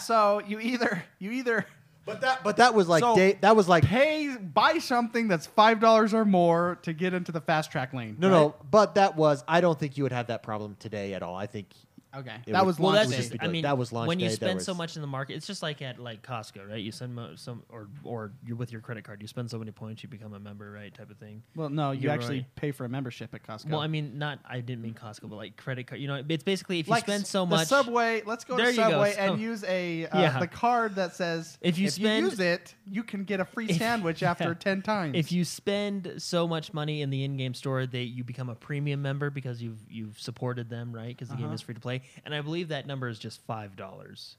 so you either you either but that but that was like So- day, that was like pay buy something that's five dollars or more to get into the fast track lane. no right? no, but that was I don't think you would have that problem today at all. I think Okay. It that would- was Well, launch that's day. just- I like, mean that was launch when you day, that spend so was- much in the market. It's just like at like Costco, right? You send mo- some or or you with your credit card, you spend so many points, you become a member, right? Type of thing. well, no, you You're actually right. pay for a membership at Costco. Well, I mean, not I didn't mean Costco, but like credit card. You know, it's basically if you like spend s- so the much, Subway. Let's go There to you go, Subway Sub- and use a uh, Yeah. the card that says If you spend- use it, you can get a free If- sandwich after yeah. ten times. if you spend so much money in the in-game store that you become a premium member because you've you've supported them, right? Because the game Uh-huh. is free to play, and I believe that number is just five dollars.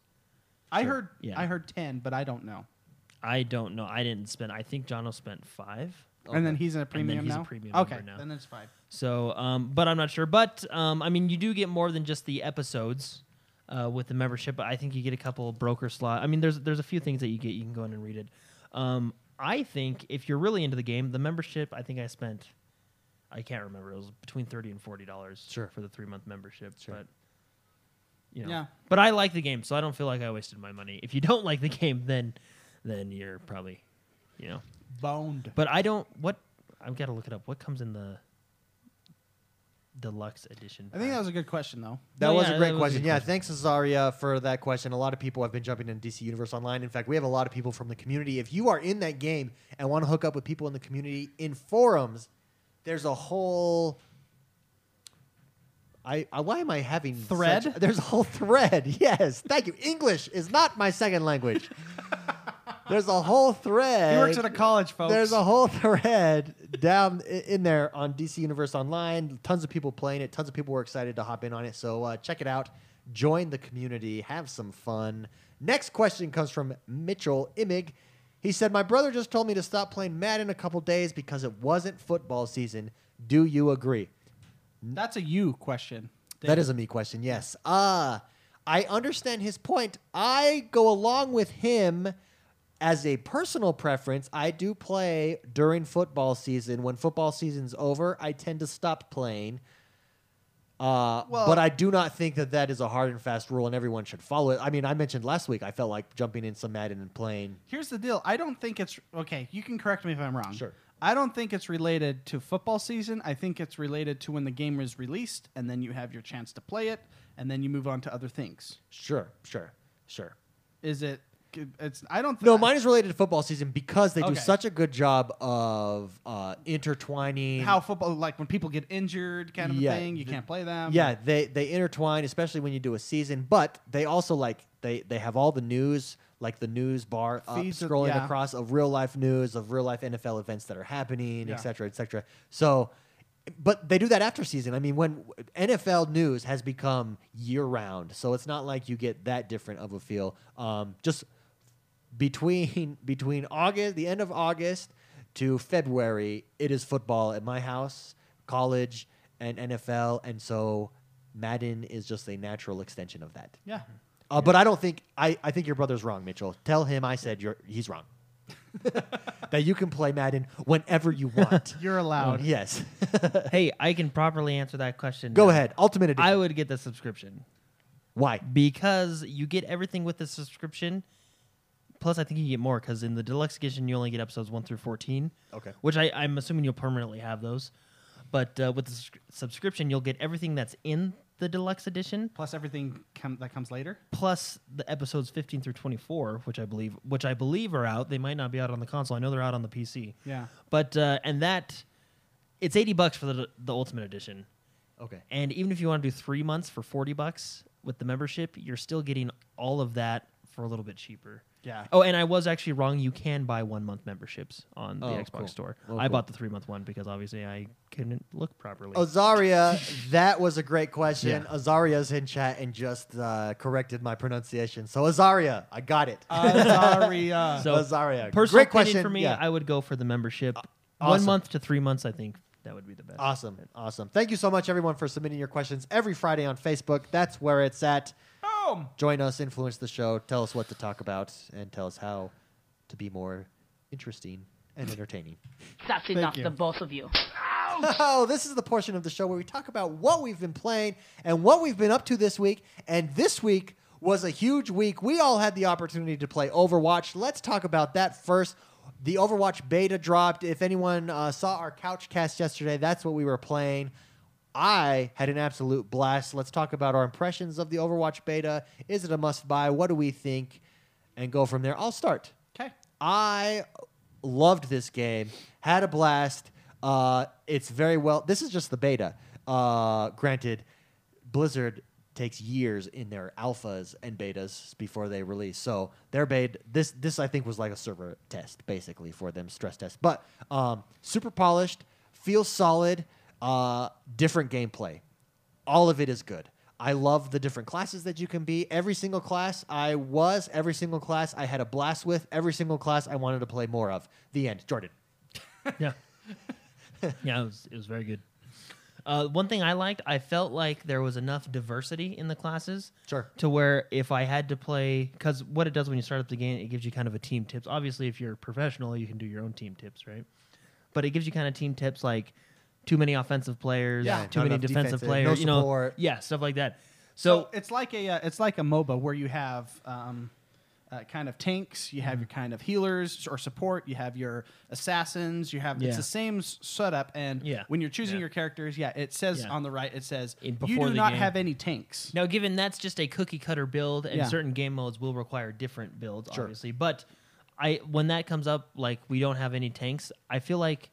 I Sure. heard Yeah. I heard ten, but I don't know. I don't know. I didn't spend. I think Jono spent five. And then he's in a then premium he's a now. premium okay, member now. then it's five. So, um, but I'm not sure. But um, I mean, you do get more than just the episodes uh, with the membership. I think you get a couple broker slot. I mean, there's there's a few things that you get. You can go in and read it. Um, I think if you're really into the game, the membership. I think I spent. I can't remember. It was between thirty and forty dollars Sure. for the three month membership. Sure. But you know, Yeah. But I like the game, so I don't feel like I wasted my money. If you don't like the game, then then you're probably, you know. Boned. But I don't. What I've got to look it up. What comes in the deluxe edition? I think that pack? was a good question though. That No, was yeah, a that great was a question. good yeah, question. thanks, Azaria, for that question. A lot of people have been jumping in DC Universe Online. In fact, we have a lot of people from the community. If you are in that game and want to hook up with people in the community in forums, there's a whole. I, I why am I having such- Thread? there's a whole thread. Yes, thank you. English is not my second language. there's a whole thread. He works at a college, folks. There's a whole thread down i- in there on DC Universe Online. Tons of people playing it. Tons of people were excited to hop in on it. So uh, check it out. Join the community. Have some fun. Next question comes from Mitchell Imig. He said, "My brother just told me to stop playing Madden a couple days because it wasn't football season. Do you agree?" That's a you question. That is a me question. Yes. Ah, I understand his point. I go along with him as a personal preference. I do play during football season. When football season's over, I tend to stop playing. Uh, Well- but I do not think that that is a hard and fast rule, and everyone should follow it. I mean, I mentioned last week I felt like jumping in some Madden and playing. Here's the deal. I don't think it's okay. You can correct me if I'm wrong. Sure. I don't think it's related to football season. I think it's related to when the game is released, and then you have your chance to play it, and then you move on to other things. Sure, sure, sure. Is it? It's. I don't. Th- No, mine is related to football season because they do Okay. such a good job of uh, intertwining How football, like when people get injured, kind of Yeah, a thing. You the- can't play them. Yeah, they they intertwine, especially when you do a season. But they also like they they have all the news, like the news bar up, Feeds of- scrolling yeah. across of real life news of real life NFL events that are happening, Yeah. et cetera, et cetera. So, but they do that after season. I mean, when NFL news has become year round, so it's not like you get that different of a feel. Um, just between between August, the end of August to February, it is football at my house, college, and NFL, and so Madden is just a natural extension of that. Yeah. Uh, But I don't think I, I think your brother's wrong, Mitchell. Tell him I said you're he's wrong. that you can play Madden whenever you want. Mm, You're allowed. yes. hey, I can properly answer that question. Go now. ahead. Ultimate edition. I would get the subscription Why? because you get everything with the subscription. Plus, I think you get more because in the deluxe edition you only get episodes one through fourteen. Okay. Which I, I'm assuming you'll permanently have those, but uh, with the subscri- subscription you'll get everything that's in the deluxe edition Plus everything com- that comes later. plus the episodes 15 through 24 which i believe which i believe are out they might not be out on the console i know they're out on the pc Yeah. but uh, and that it's 80 bucks for the the ultimate edition Okay. and even if you want to do three months for 40 bucks with the membership you're still getting all of that for a little bit cheaper. Yeah. Oh, and I was actually wrong. You can buy one month memberships on the Oh, Xbox cool. store. Oh, I cool. Oh, bought the three month one because obviously I couldn't look properly. Azaria, that was a great question. Yeah. Azaria's in chat and just uh, corrected my pronunciation. So Azaria, I got it. Azaria. Uh, So, Azaria, Personal great question. opinion for me, Yeah. Uh, I would go for the membership. awesome. One month to three months, I think that would be the best. Awesome. Awesome. Thank you so much, everyone, for submitting your questions every Friday on Facebook. That's where it's at. Boom. Join us, influence the show, tell us what to talk about, and tell us how to be more interesting and entertaining. That's enough, you. the both of you. Oh, this is the portion of the show where we talk about what we've been playing and what we've been up to this week. And this week was a huge week. We all had the opportunity to play Overwatch. Let's talk about that first. The Overwatch beta dropped. If anyone uh, saw our couch cast yesterday, that's what we were playing. I had an absolute blast. Let's talk about our impressions of the Overwatch beta. Is it a must buy? What do we think? And go from there. I'll start. Okay. I loved this game. Had a blast. Uh, it's very well. This is just the beta. Uh, granted, Blizzard takes years in their alphas and betas before they release. So their beta, this this I think was like a server test basically for them, stress test. But um, super polished, feels solid. Uh, different gameplay all of it is good. I love the different classes that you can be. Every single class I was, every single class I had a blast with, every single class I wanted to play more of. The end. Jordan. Yeah. yeah, it was, it was very good. Uh, one thing I liked, I felt like there was enough diversity in the classes. Sure. To where if I had to play, because what it does when you start up the game, it gives you kind of a team tips. Obviously, if you're professional, you can do your own team tips, right? But it gives you kind of team tips like too many offensive players, Yeah, too not many enough defensive, defensive, no players, you know, support. yeah, stuff like that. So, So, it's like a uh, it's like a MOBA where you have um, uh, kind of tanks, you Mm-hmm. have your kind of healers or support, you have your assassins, you have Yeah. it's the same s- setup. And Yeah. when you're choosing Yeah. your characters, yeah, it says Yeah. on the right, it says In- you before do the not game. have any tanks. Now, given that's just a cookie cutter build, and Yeah. certain game modes will require different builds, Sure. obviously. But I, when that comes up, like we don't have any tanks, I feel like,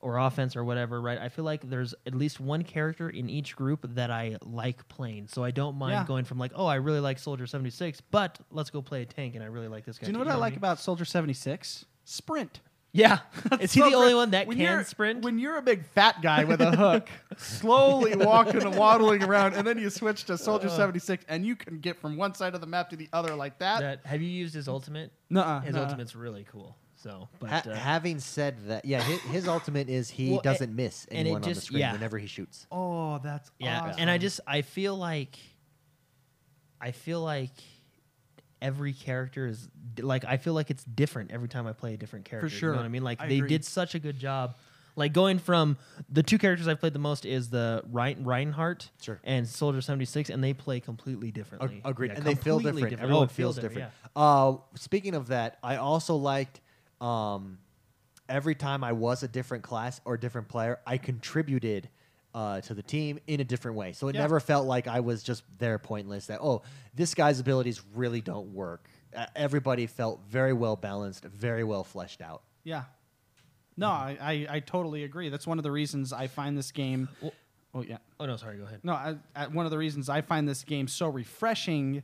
or offense or whatever, right? I feel like there's at least one character in each group that I like playing, so I don't mind Yeah. going from like, oh, I really like Soldier seventy six, but let's go play a tank, and I really like this guy. Do you know too," what I like mean? about Soldier Seventy Six? Sprint. Yeah, is he So the only great. one that can you're- sprint? When you're a big fat guy with a hook, slowly walking and waddling around, and then you switch to Uh. Soldier 76, and you can get from one side of the map to the other like that. that, have you used his ultimate? Nuh-uh, his nuh-uh. ultimate's really cool. So, but Ha- uh, having said that, yeah, his, his ultimate is he Well, it- doesn't miss and it anyone on the just- screen yeah. whenever he shoots. oh, that's Yeah, awesome. and I just I feel like I feel like every character is di- like I feel like it's different every time I play a different character. You sure. know what I mean? Like I they agree. did such a good job. Like going from the two characters I've played the most is the Rein- Reinhardt Sure. and Soldier seventy six, and they play completely Ag- differently. Agreed. Yeah, and they feel completely different. Oh, Everyone it feels different, different. yeah. Uh, speaking of that, I also liked um, every time I was a different class or different player, I contributed uh, to the team in a different way. So it Yeah. never felt like I was just there pointless, that, oh, this guy's abilities really don't work. Uh, everybody felt very well balanced, very well fleshed out. Yeah. No, I, I, I totally agree. That's one of the reasons I find this game. Well- oh, yeah. Oh no, sorry. Go ahead. No, I, I, one of the reasons I find this game so refreshing.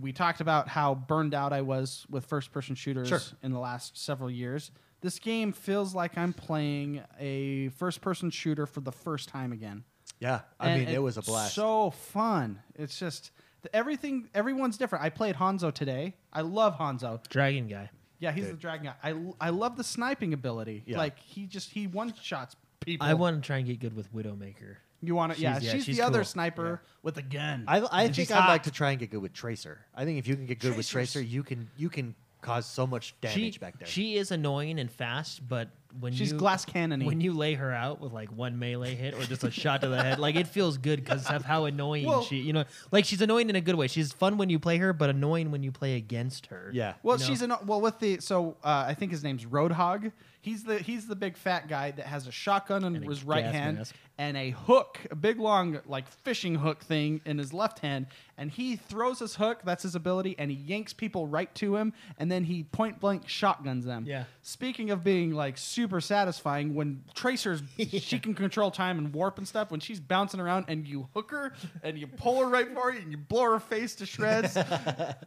We talked about how burned out I was with first person shooters Sure. in the last several years. This game feels like I'm playing a first person shooter for the first time again. Yeah. I And mean, it it's was a blast. So fun. It's just th- everything, everyone's different. I played Hanzo today. I love Hanzo. Dragon guy. Yeah, he's the Dude. dragon guy. I, l- I love the sniping ability. Yeah. Like he just he one shots people. I want to try and get good with Widowmaker. you want to She's- yeah, yeah, she's, she's the other cool. sniper with a gun. I, I And think she's I'd hot. like to try and get good with Tracer. I think if you can get good with Tracers. Tracer, you can you can cause so much damage she, back there. She is annoying and fast, but when She's you, glass cannoning. When you lay her out with like one melee hit or just a shot to the head, like it feels good because of how annoying Well- she. You know, like she's annoying in a good way. She's fun when you play her, but annoying when you play against her. Yeah. Well, No. she's an well with the so uh, I think his name's Roadhog. He's the he's the big fat guy that has a shotgun in And a his right gas hand mask. and a hook, a big long like fishing hook thing in his left hand, and he throws his hook. That's his ability, and he yanks people right to him, and then he point blank shotguns them. Yeah. Speaking of being like super super satisfying when Tracer's she can control time and warp and stuff. When she's bouncing around and you hook her and you pull her right for you and you blow her face to shreds,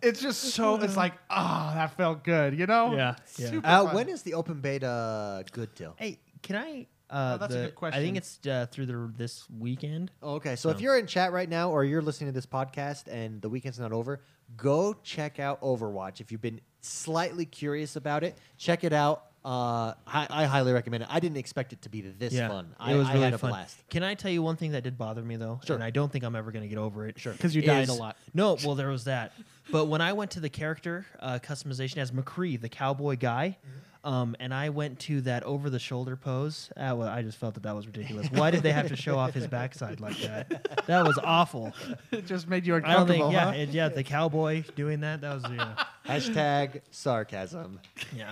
it's just so it's like ah that felt good, you know? Yeah, yeah. Super Uh, fun. when is the open beta good till? Hey, can I? Uh, Oh, that's a the- good question. I think it's uh, through the this weekend. Oh, Okay, so if No. you're in chat right now or you're listening to this podcast and the weekend's not over, go check out Overwatch. If you've been slightly curious about it, check it out. Uh, I, I highly recommend it. I didn't expect it to be this fun. I, I had a blast. Can I tell you one thing that did bother me though? Sure. And I don't think I'm ever gonna get over it. Sure. 'Cause you died a lot. No, well there was that. But when I went to the character uh, customization as McCree, the cowboy guy. Mm-hmm. Um, and I went to that over-the-shoulder pose. Uh, well, I just felt that that was ridiculous. Why did they have to show off his backside like that? That was awful. it just made you I don't uncomfortable. think. Yeah, huh? it, yeah. The cowboy doing that. That was yeah. Hashtag sarcasm. Yeah.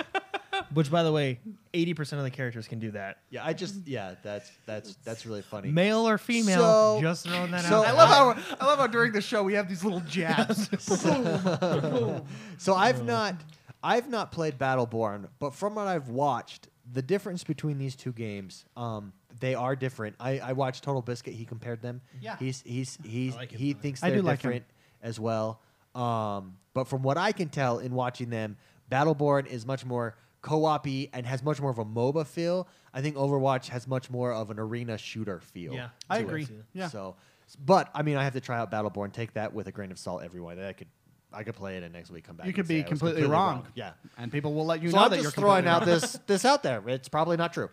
Which, by the way, eighty percent of the characters can do that. Yeah, I just yeah, that's that's that's really funny. Male or female, So- just throwing that so- out. I love how I love how during the show we have these little jabs. So I've not I've not played Battleborn, but from what I've watched, the difference between these two games, um, they are different. I, I watched Total Biscuit. He compared them. Yeah. He's he's he's I like him, he though. thinks I they're do like him. different as well. Um, but from what I can tell in watching them, Battleborn is much more co-opy and has much more of a MOBA feel. I think Overwatch has much more of an arena shooter feel. Yeah, I to it. agree. Yeah. So, s- but I mean, I have to try out Battleborn. Take that with a grain of salt, everyone. I could, I could play it, and next week come back. you and could say I be was completely, wrong. Yeah. and people will let you so know I'm that just you're throwing completely out wrong. this this out there. It's probably not true.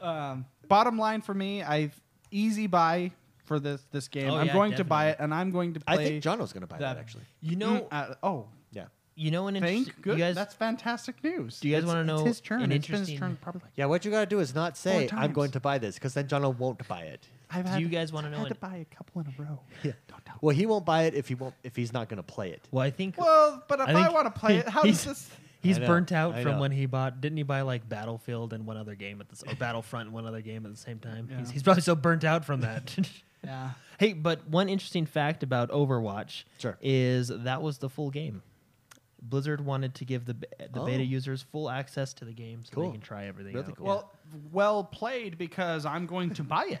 Um, bottom line for me, I easy buy for this this game. Oh, I'm yeah, going to buy it, definitely. and I'm going to play. I think Jono's going to buy that, that- actually. you Mm, know, uh, oh, Yeah. you know, an interesting. thank good. You guys, That's fantastic news. Do you guys It's- wanna it's know his turn? an It's been his interesting- turn probably. Yeah. What you got to do is not say I'm times. going to buy this because then Jono won't buy it. I've Do had, you guys wanna I've know Had an- to buy a couple in a row. Yeah. Don't tell. Well, he won't buy it if he won't if he's not going to play it. well, I think. Well, but if I, think want to play it, how does he's- this? He's I know, burnt out I from know. when he bought. Didn't he buy like Battlefield and one other game at the s- or Battlefront and one other game at the same time? He's, Yeah. he's probably so burnt out from that. Yeah. hey, but one interesting fact about Overwatch Sure. is that was the full game. Blizzard wanted to give the b- the Oh. beta users full access to the game so Cool. they can try everything. Really out. cool. Well, well played because I'm going to buy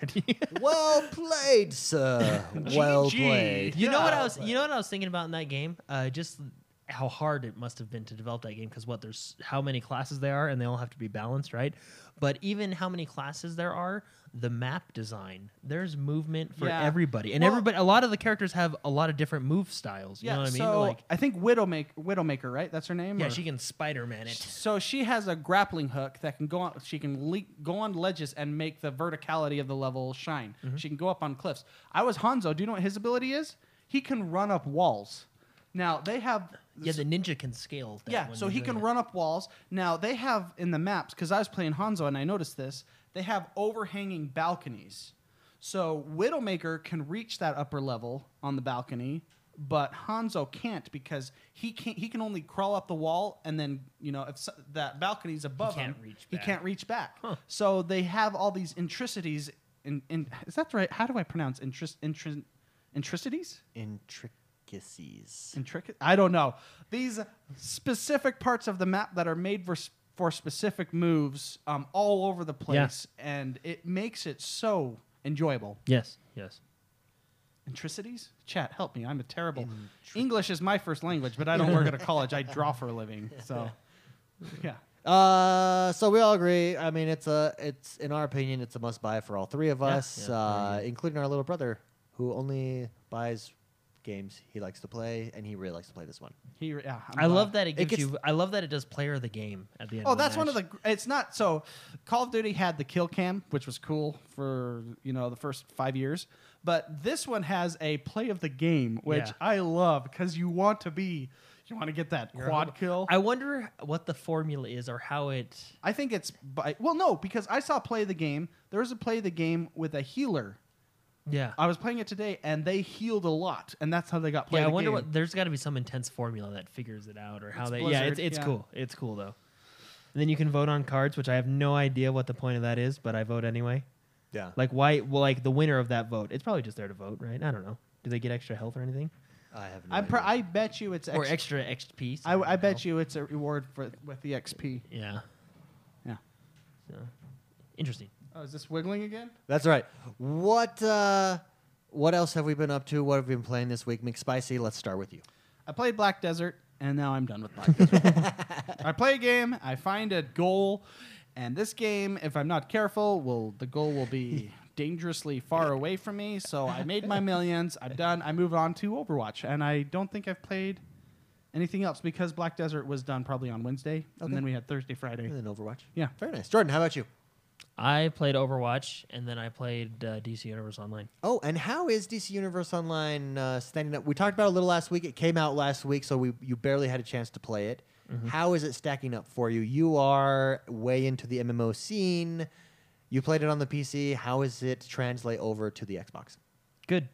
it. well played, sir. well GG. played. You know what Yeah, I was? You know what I was thinking about in that game? Uh, just how hard it must have been to develop that game because what there's how many classes there are and they all have to be balanced, right? But even how many classes there are, the map design, there's movement for Yeah. everybody, and Well- everybody. A lot of the characters have a lot of different move styles. You know what I mean? So like, I think Widowmaker, Widowmaker, right? That's her name. yeah, or- she can Spider Man it. So she has a grappling hook that can go on. She can le- go on ledges and make the verticality of the level shine. Mm-hmm. She can go up on cliffs. I was Hanzo. Do you know what his ability is? He can run up walls. Now they have Yeah, the ninja can scale. That yeah, when so you're he doing can it. run up walls. Now they have in the maps because I was playing Hanzo and I noticed this. They have overhanging balconies, so Widowmaker can reach that upper level on the balcony, but Hanzo can't because he can't. He can only crawl up the wall, and then you know if s that balcony's above can't him, reach he back. can't reach back. So they have all these intricacies. In, in is that right? How do I pronounce intris, intris, intricacies? Intricacies. intricate. I don't know these specific parts of the map that are made for s- for specific moves um, all over the place, and it makes it so enjoyable. Yes, yes. Intricities? Chat, help me. I'm a terrible. English is my first language, but I don't work at a college. I draw for a living. So, yeah. Uh, so we all agree. I mean, it's a, it's in our opinion, it's a must buy for all three of us, Yeah, uh, including our little brother, who only buys games he likes to play, and he really likes to play this one. He, yeah I'm i glad. love that it It gives gets- you. I love that it does player of the game at the end. Oh, of the that's one of match. the. gr- It's not so. Call of Duty had the kill cam, which was cool for you know the first five years, but this one has a play of the game, which Yeah. I love because you want to be, you want to get that quad kill. I, I wonder what the formula is or how it. think it's by, well, no, because I saw play the game. There was a play the game with a healer. Yeah. I was playing it today, and they healed a lot, and that's how they got play. yeah, I the wonder game. what. There's got to be some intense formula that figures it out or how It's they. yeah, Blizzard, it's it's yeah. cool. It's cool though. And then you can vote on cards, which I have no idea what the point of that is, but I vote anyway. Yeah. Like why? Well, like the winner of that vote, it's probably just there to vote, right? I don't know. Do they get extra health or anything? I have no I'm pr- idea. I bet you it's or X- extra XP. I, I bet you it's a reward for with the XP. Yeah. Yeah. So, interesting. Oh, is this wiggling again? That's right. What uh, what else have we been up to? What have we been playing this week? McSpicy, let's start with you. I played Black Desert, and now I'm done with Black Desert. I play a game, I find a goal, and this game, if I'm not careful, will the goal will be dangerously far away from me. So I made my millions. I'm done. I move on to Overwatch, and I don't think I've played anything else because Black Desert was done probably on Wednesday, Okay. and then we had Thursday, Friday. And then Overwatch. Yeah. Very nice. Jordan, how about you? I played Overwatch and then I played uh, DC Universe Online. Oh, and how is DC Universe Online uh, standing up? We talked about it a little last week. It came out last week, so we you barely had a chance to play it. How is it stacking up for you? You are way into the MMO scene. You played it on the PC. How is it translate over to the Xbox? Good.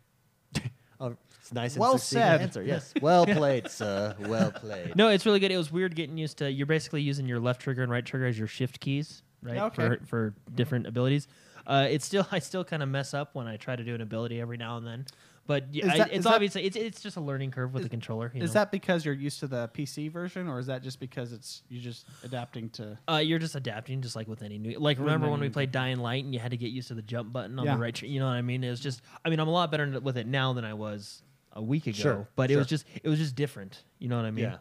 Oh, it's nice and Well succinct said. answer. Yes, well played, sir. Well played. No, it's really good. It was weird getting used to. You're basically using your left trigger and right trigger as your shift keys, right? Okay. For for different abilities. Uh, it's still I still kind of mess up when I try to do an ability every now and then, but y- Is I- that- is it's that- obviously it's it's just a learning curve with the controller. you Is know? that because you're used to the PC version, or is that just because it's you're just adapting to? Uh, you're just adapting, just like with any new. Like remember when we played Dying Light and you had to get used to the jump button on Yeah. the right. tr- You know what I mean? It was just. I mean, I'm a lot better n- with it now than I was a week ago. Sure, but it was sure. just it was just different. You know what I mean? Yeah.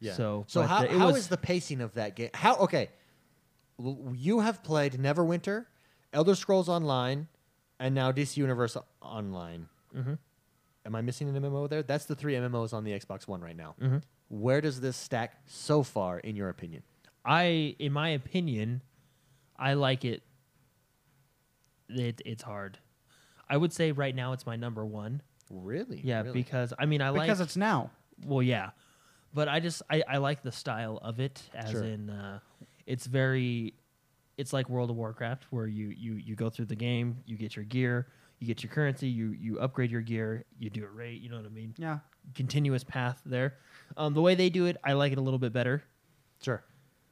Yeah. So, so but, how, uh, it how was- is the pacing of that game? How okay? L- You have played Neverwinter, Elder Scrolls Online, and now DC Universe Online. Mhm. Am I missing an MMO there? That's the three MMOs on the Xbox One right now. Mhm. Where does this stack so far, in your opinion? I, in my opinion, I like it. It it's hard. I would say right now it's my number one. Really? Yeah, really? because I mean I like because it's now. Well, yeah, but I just I, I like the style of it, as Sure. in uh, it's very, it's like World of Warcraft, where you you you go through the game, you get your gear, you get your currency, you you upgrade your gear, you do a raid, you know what I mean? Yeah. Continuous path there. Um, the way they do it, I like it a little bit better. sure.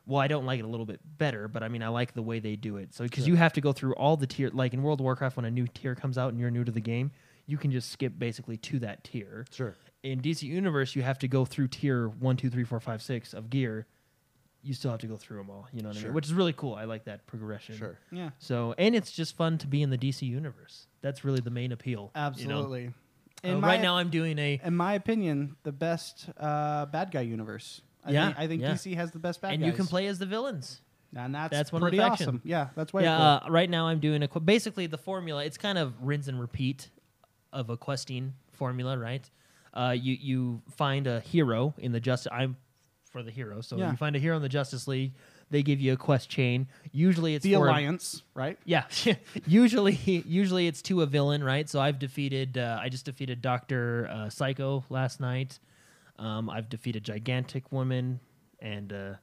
Well, I don't like it a little bit better, but I mean, I like the way they do it. So, because you have to go through all the tier, like in World of Warcraft, when a new tier comes out and you're new to the game, you can just skip basically to that tier Sure. in DC Universe, you have to go through tier one, two, three, four, five, six of gear. You still have to go through them all. You know what I Sure. mean? Which is really cool. I like that progression. Sure. Yeah. So, and it's just fun to be in the DC Universe. That's really the main appeal. you know? Absolutely. Uh, In right my- now, I'm doing a, in my opinion, the best uh, bad guy universe. I Yeah, think, I think yeah. DC has the best bad and guys. you can play as the villains. and that's, that's one of the pretty faction. awesome. Yeah, that's way yeah, cool. uh, right now I'm doing a qu- basically the formula. It's kind of rinse and repeat of a questing formula, right? Uh, you you find a hero in the justice. I'm for the hero, so Yeah. you find a hero in the Justice League. They give you a quest chain. Usually it's the for a- alliance, right? yeah, usually usually it's to a villain, right? So I've defeated uh, I just defeated Doctor uh, Psycho last night. Um, I've defeated Gigantic Woman and uh,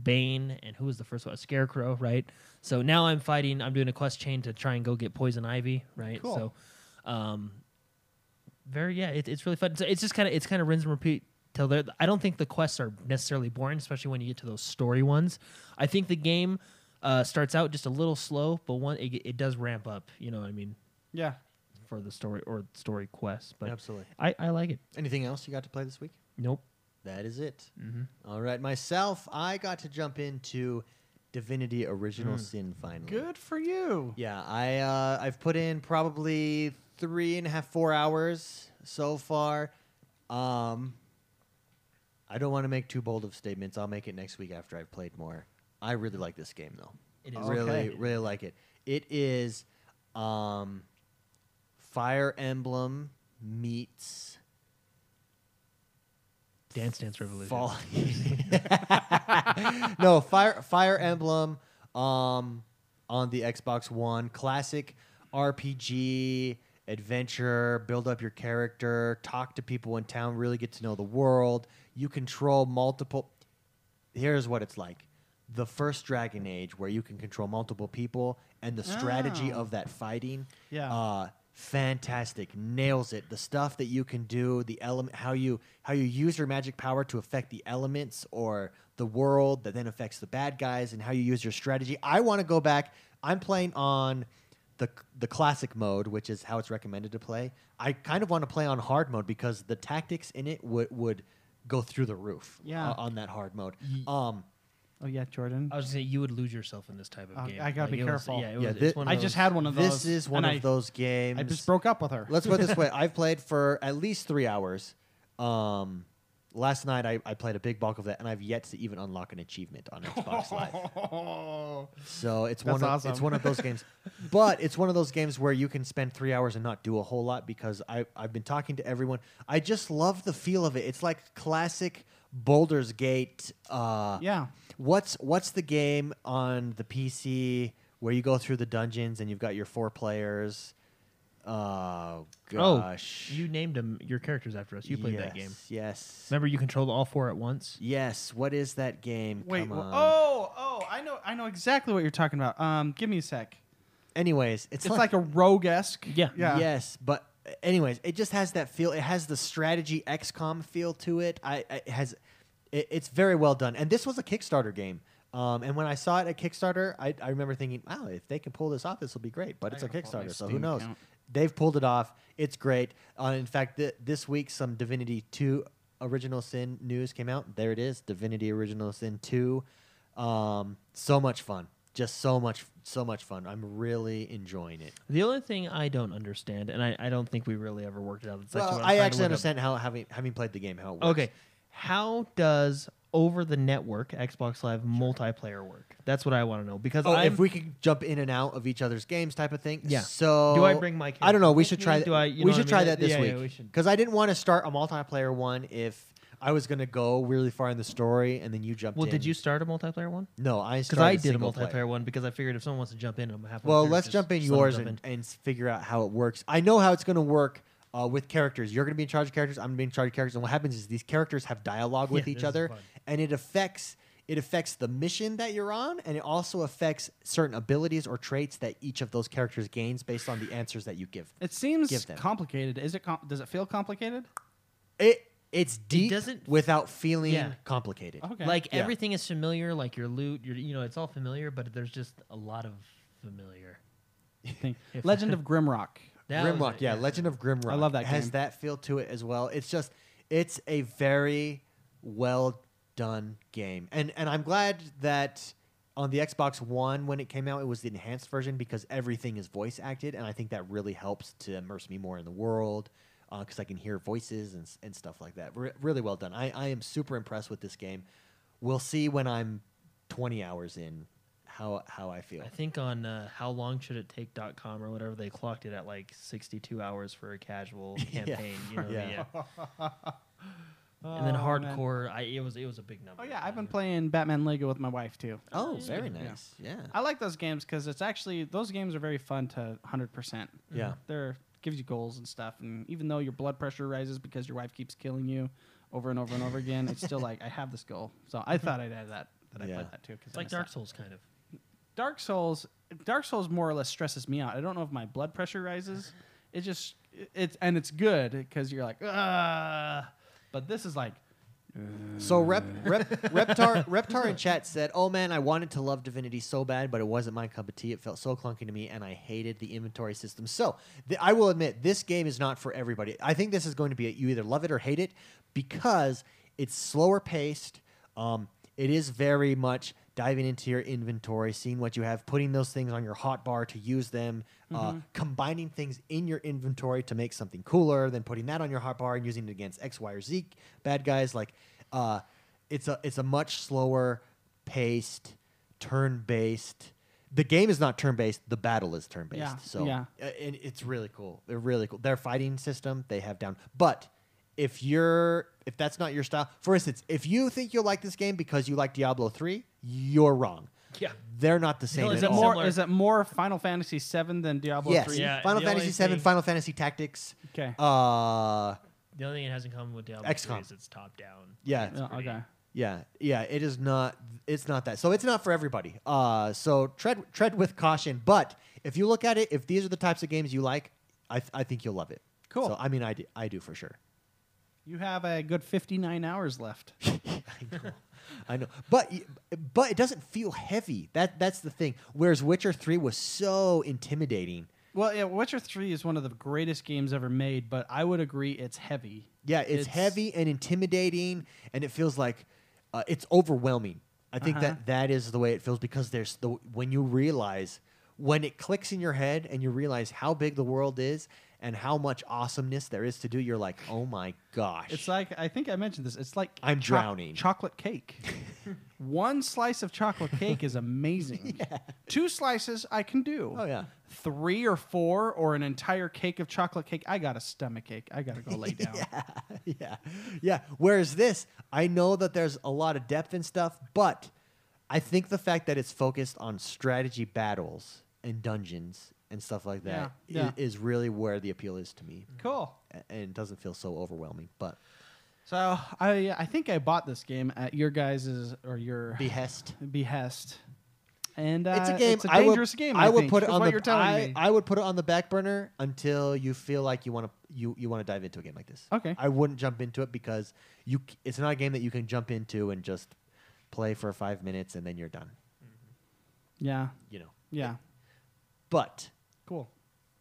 Bane, and who was the first one? Scarecrow, right? So now I'm fighting. I'm doing a quest chain to try and go get Poison Ivy, right? Cool. So, um, very yeah, it, it's really fun. So it's just kind of it's kind of rinse and repeat till there. I don't think the quests are necessarily boring, especially when you get to those story ones. I think the game uh, starts out just a little slow, but one it, it does ramp up. You know, what I mean, Yeah. for the story or story quests. But Absolutely. I I like it. Anything else you got to play this week? Nope. That is it. Mm-hmm. All right, myself, I got to jump into Divinity Mm. Original Sin finally. Good for you. Yeah, I uh, I've put in probably three and a half, four hours so far. Um, I don't want to make too bold of statements. I'll make it next week after I've played more. I really like this game though. It I is really, okay. really like it. It is um, Fire Emblem meets Dance Dance Revolution. Fall. no, Fire Fire Emblem um, on the Xbox One, classic RPG adventure. Build up your character, talk to people in town, really get to know the world. You control multiple. Here's what it's like. The first Dragon Age, where you can control multiple people, and the strategy Oh. of that fighting. Yeah. Uh, fantastic. Nails it. The stuff that you can do, the element how you how you use your magic power to affect the elements or the world that then affects the bad guys and how you use your strategy. I want to go back. I'm playing on the the classic mode, which is how it's recommended to play. I kind of want to play on hard mode because the tactics in it would would go through the roof. Yeah. o- on that hard mode. Um, Oh yeah, Jordan. I was gonna say you would lose yourself in this type of Uh, game. I gotta be it was- careful. yeah, it Yeah, was, thi- it's one of I just those- had one of those. this is one and of I- those games. I just broke up with her. Let's put it this way: I've played for at least three hours. Um, last night I, I played a big bulk of that, and I've yet to even unlock an achievement on Xbox Live. So it's That's one of, awesome. it's one of those games, but it's one of those games where you can spend three hours and not do a whole lot because I I've been talking to everyone. I just love the feel of it. It's like classic Boulder's Gate. Uh, Yeah. What's what's the game on the PC where you go through the dungeons and you've got your four players? Oh gosh. Oh, you named them your characters after us. You played that game. Yes, Yes. Remember, you controlled all four at once. Yes. What is that game? Wait. Come wha- on. oh, oh, I know, I know exactly what you're talking about. Um, give me a sec. Anyways, it's, It's, like, a rogue esque. Yeah. Yeah. Yes, but anyways, it just has that feel. It has the strategy XCOM feel to it. I, I it has, it, it's very well done. And this was a Kickstarter game. Um, and when I saw it at Kickstarter, I, I remember thinking, wow, if they can pull this off, this will be great. But I it's a gotta pull up my Kickstarter, so who Steam knows? account. They've pulled it off. It's great. Uh, in fact, th- this week, some Divinity 2 Original Sin news came out. There it is Divinity Original Sin 2. Um, so much fun. Just so much, so much fun. I'm really enjoying it. The only thing I don't understand, and I, I don't think we really ever worked it out. It's well, what I I'm trying to actually look up. understand how having having played the game how it works. Okay, how does over the network Xbox Live multiplayer work? That's what I want to know because Oh, I'm, if we could jump in and out of each other's games, type of thing. Yeah. So Do I bring my Oh, I don't know. We should character with try. me? Th- Do I- you know we what should I try mean? that this Yeah, yeah, we week should. because I didn't want to start a multiplayer one if I was going to go really far in the story and then you jumped. well, did in. you start a multiplayer one? No, I Because started I did a single multiplayer player. one because I figured if someone wants to jump in, I'm half. Well, let's jump in yours and, and s- figure out how it works. I know how it's going to work uh, with characters. You're going to be in charge of characters. I'm going to be in charge of characters. And what happens is these characters have dialogue with Yeah, each this is other, fun. and it affects it affects the mission that you're on, and it also affects certain abilities or traits that each of those characters gains based on the answers that you give. It seems Give them. complicated. Is it? Com- does it feel complicated? It it's deep doesn't- without feeling Yeah. complicated. Okay. like Yeah. everything is familiar, like your loot, your you know, it's all familiar, but there's just a lot of familiar. Thing. If- Legend of Grimrock. That was Grimrock, it, yeah, Legend of Grimrock. I love that Has game. that feel to it as well. It's just, it's a very well done game, and and I'm glad that on the Xbox One when it came out, it was the enhanced version because everything is voice acted, and I think that really helps to immerse me more in the world because I can hear voices and s- and stuff like that. Re- really well done. I I am super impressed with this game. We'll see when I'm 20 hours in how how I feel. I think on uh, how long should it take.com or whatever they clocked it at like 62 hours for a casual Yeah. campaign, you know, Yeah. yeah. and then Oh, man. hardcore, I it was it was a big number. Oh yeah, I've been playing Batman Lego with my wife too. Oh, Yeah. very Yeah. nice. Yeah. I like those games because it's actually those games are very fun to hundred percent. Yeah. They're gives you goals and stuff, and even though your blood pressure rises because your wife keeps killing you over and over and over again, it's still like I have this goal. So I thought I'd add that that I Yeah. played that too. 'cause It's I like missed Dark that. Souls kind of. Dark Souls. Dark Souls more or less stresses me out. I don't know if my blood pressure rises. It just it's and it's good because you're like ah, but this is like So Rep, Rep, Reptar, Reptar in chat said, "Oh man, I wanted to love Divinity so bad, but it wasn't my cup of tea. It felt so clunky to me, and I hated the inventory system." So th- I will admit, this game is not for everybody. I think this is going to be a, you either love it or hate it because it's slower paced. Um, it is very much diving into your inventory, seeing what you have, putting those things on your hotbar to use them, uh, combining things in your inventory to make something cooler, then putting that on your hotbar and using it against X, Y, or Z bad guys. Like, uh, it's a it's a much slower paced, turn based. The game is not turn based. The battle is turn based. Yeah, So yeah. uh, and it's really cool. They're really cool. Their fighting system they have down. But if you're if that's not your style, for instance, if you think you'll like this game because you like Diablo three, you're wrong. Yeah. They're not the same. No, at it all. more similar? is it more Final Fantasy VII than Diablo yes, three? Yeah, Final the only Fantasy seven, thing- Final Fantasy Tactics. Okay. Uh, The only thing it has in common with Diablo XCOM. 3 is it's top down. yeah, It's Yeah, pretty- okay. Yeah, yeah, it is not. It's not that. So it's not for everybody. Uh, so tread tread with caution. But if you look at it, if these are the types of games you like, I, th- I think you'll love it. Cool. So I mean, I do, I do for sure. You have a good 59 hours left. I know. I know, but y- but it doesn't feel heavy. That that's the thing. Whereas Witcher Three was so intimidating. Well, yeah, Witcher 3 is one of the greatest games ever made, but I would agree it's heavy. Yeah, it's, It's- heavy and intimidating, and it feels like uh, it's overwhelming. I think Uh-huh. that that is the way it feels because there's the when you realize when it clicks in your head and you realize how big the world is and how much awesomeness there is to do. You're like, oh my gosh! It's like I think I mentioned this. It's like I'm choc- drowning. Chocolate cake. One slice of chocolate cake is amazing. Two slices I can do. oh yeah, Three or four or an entire cake of chocolate cake. I got a stomach ache. I gotta go lay down. yeah, yeah. Whereas this, I know that there's a lot of depth and stuff, but I think the fact that it's focused on strategy battles and dungeons and stuff like that i- is Yeah, Mm-hmm. yeah. really where the appeal is to me, Cool. A- and it doesn't feel so overwhelming. But So I I think I bought this game at your guys's or your behest. behest. And uh, it's a game. It's a I will- dangerous game. I, I would think, put it is on what the. you're telling I, me. I would put it on the back burner until you feel like you want to. You you want to dive into a game like this. Okay. I wouldn't jump into it because you. c- It's not a game that you can jump into and just play for five minutes and then you're done. yeah. You know. Yeah. But Cool.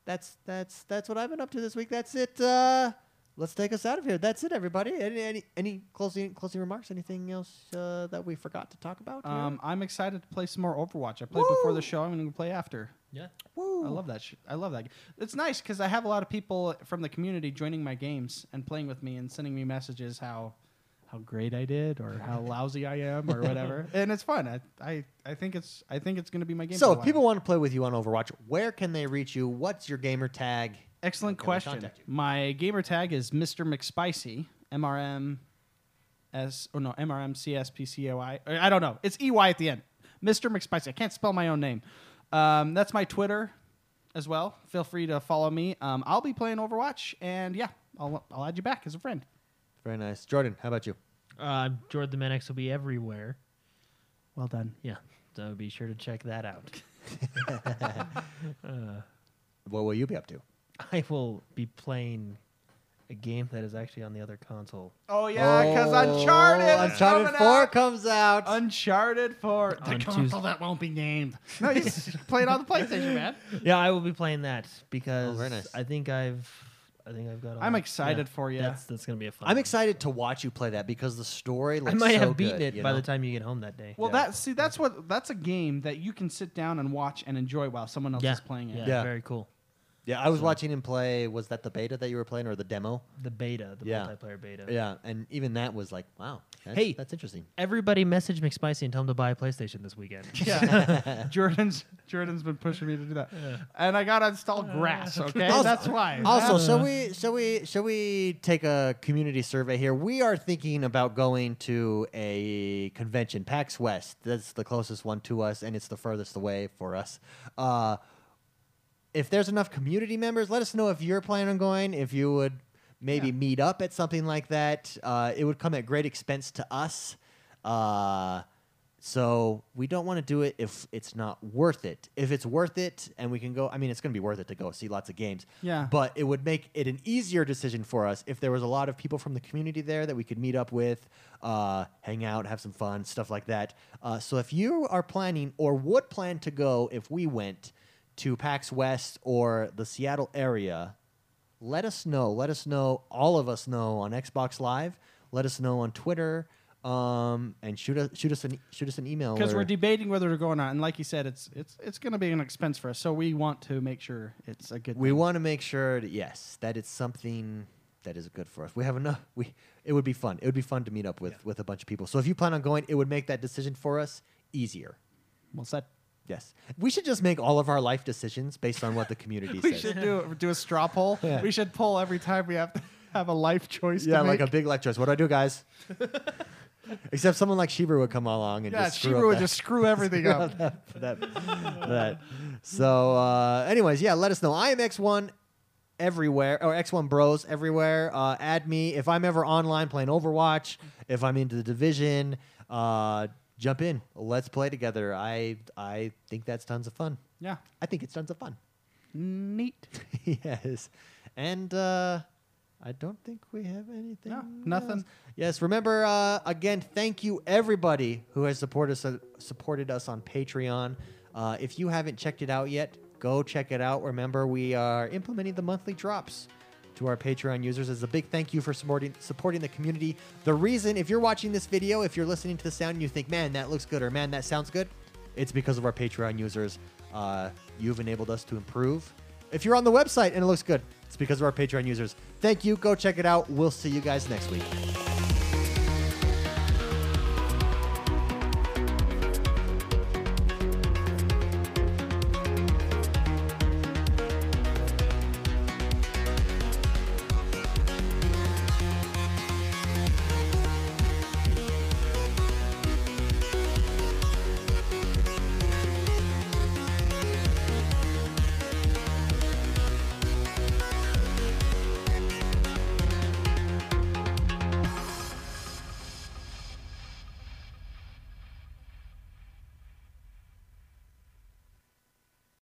that's that's that's what I've been up to this week. That's it. Uh, let's take us out of here. That's it, everybody. Any any, any closing closing remarks? Anything else uh, that we forgot to talk about? here? Um, I'm excited to play some more Overwatch. I played before the Woo! show. I'm going to play after. Yeah. Woo. I love that. Sh- I love that. It's nice because I have a lot of people from the community joining my games and playing with me and sending me messages how how great I did or how lousy I am or whatever. And it's fun. I I, I think it's I think it's going to be my game. So, for a if while. people want to play with you on Overwatch, where can they reach you? What's your gamer tag? excellent Can we question. contact you? My gamer tag is Mr. McSpicy. M R M S or no M R M C S P C O I. I don't know. It's E Y at the end. Mr. McSpicy. I can't spell my own name. Um, that's my Twitter as well. Feel free to follow me. Um, I'll be playing Overwatch, and yeah, I'll I'll add you back as a friend. Very nice, Jordan. How about you? Uh, Jordan the Man X will be everywhere. Well done. Yeah. So be sure to check that out. What will you be up to? I will be playing a game that is actually on the other console. Oh yeah, because Oh, Uncharted. is Uncharted coming Four out. comes out. Uncharted Four. On The Tues- console that won't be named. No, you s- play it on the PlayStation, man. Yeah, I will be playing that because very nice. I think I've I think I've got. all- Oh, I'm excited for ya. That's that's gonna be a fun. I'm one. excited to watch you play that because the story. I Looks might so have beaten good, it you by the know? time you get home that day. Well, Yeah. that see, that's what that's a game that you can sit down and watch and enjoy while someone else yeah, is playing it. Yeah, Yeah. very cool. Yeah, I was watching him play. Was that the beta that you were playing or the demo? The beta, the Yeah. multiplayer beta. Yeah, and even that was like, wow. That's, Hey. that's interesting. Everybody, message McSpicy and tell him to buy a PlayStation this weekend. Yeah. Jordan's Jordan's been pushing me to do that, and I gotta install grass. Okay, Also- that's why. Also, shall we shall we shall we take a community survey here? We are thinking about going to a convention, PAX West. That's the closest one to us, and it's the furthest away for us. Uh, if there's enough community members, let us know if you're planning on going. If you would maybe Yeah. meet up at something like that, uh, it would come at great expense to us. Uh, so we don't want to do it if it's not worth it. If it's worth it and we can go, I mean, it's going to be worth it to go see lots of games. Yeah. But it would make it an easier decision for us if there was a lot of people from the community there that we could meet up with, uh, hang out, have some fun, stuff like that. Uh, so if you are planning or would plan to go if we went to PAX West or the Seattle area, let us know. Let us know, all of us know on Xbox Live. Let us know on Twitter. Um, and shoot us shoot us an shoot us an email Because or- we're debating whether to go or not, and like you said, it's it's it's gonna be an expense for us, so we want to make sure it's a good. We thing. want to make sure that yes, that it's something that is good for us. We have enough. We it would be fun. It would be fun to meet up with with a bunch of people. So if you plan on going, it would make that decision for us easier. Well said. Yes, we should just make all of our life decisions based on what the community We says. should do do a straw poll. Yeah. We should poll every time we have to have a life choice. Yeah, to like a make. big life choice. What do I do, guys? Except someone like Shiva would come along and yeah. just She screw up would that- just screw everything up. that, that. So, uh, anyways, yeah, let us know. I am X1 everywhere, or X1 Bros everywhere. Uh, add me. If I'm ever online playing Overwatch, if I'm into the division, uh, jump in. Let's play together. I, I think that's tons of fun. Yeah. I think it's tons of fun. Neat. yes. And uh, I don't think we have anything. No, nothing. else. Yes, remember uh, again. Thank you everybody who has supported us uh, supported us on Patreon. Uh, if you haven't checked it out yet, go check it out. Remember, we are implementing the monthly drops to our Patreon users as a big thank you for supporting supporting the community. The reason, if you're watching this video, if you're listening to the sound, and you think, man, that looks good, or man, that sounds good, it's because of our Patreon users. Uh, you've enabled us to improve. If you're on the website and it looks good, it's because of our Patreon users. Thank you. Go check it out. We'll see you guys next week.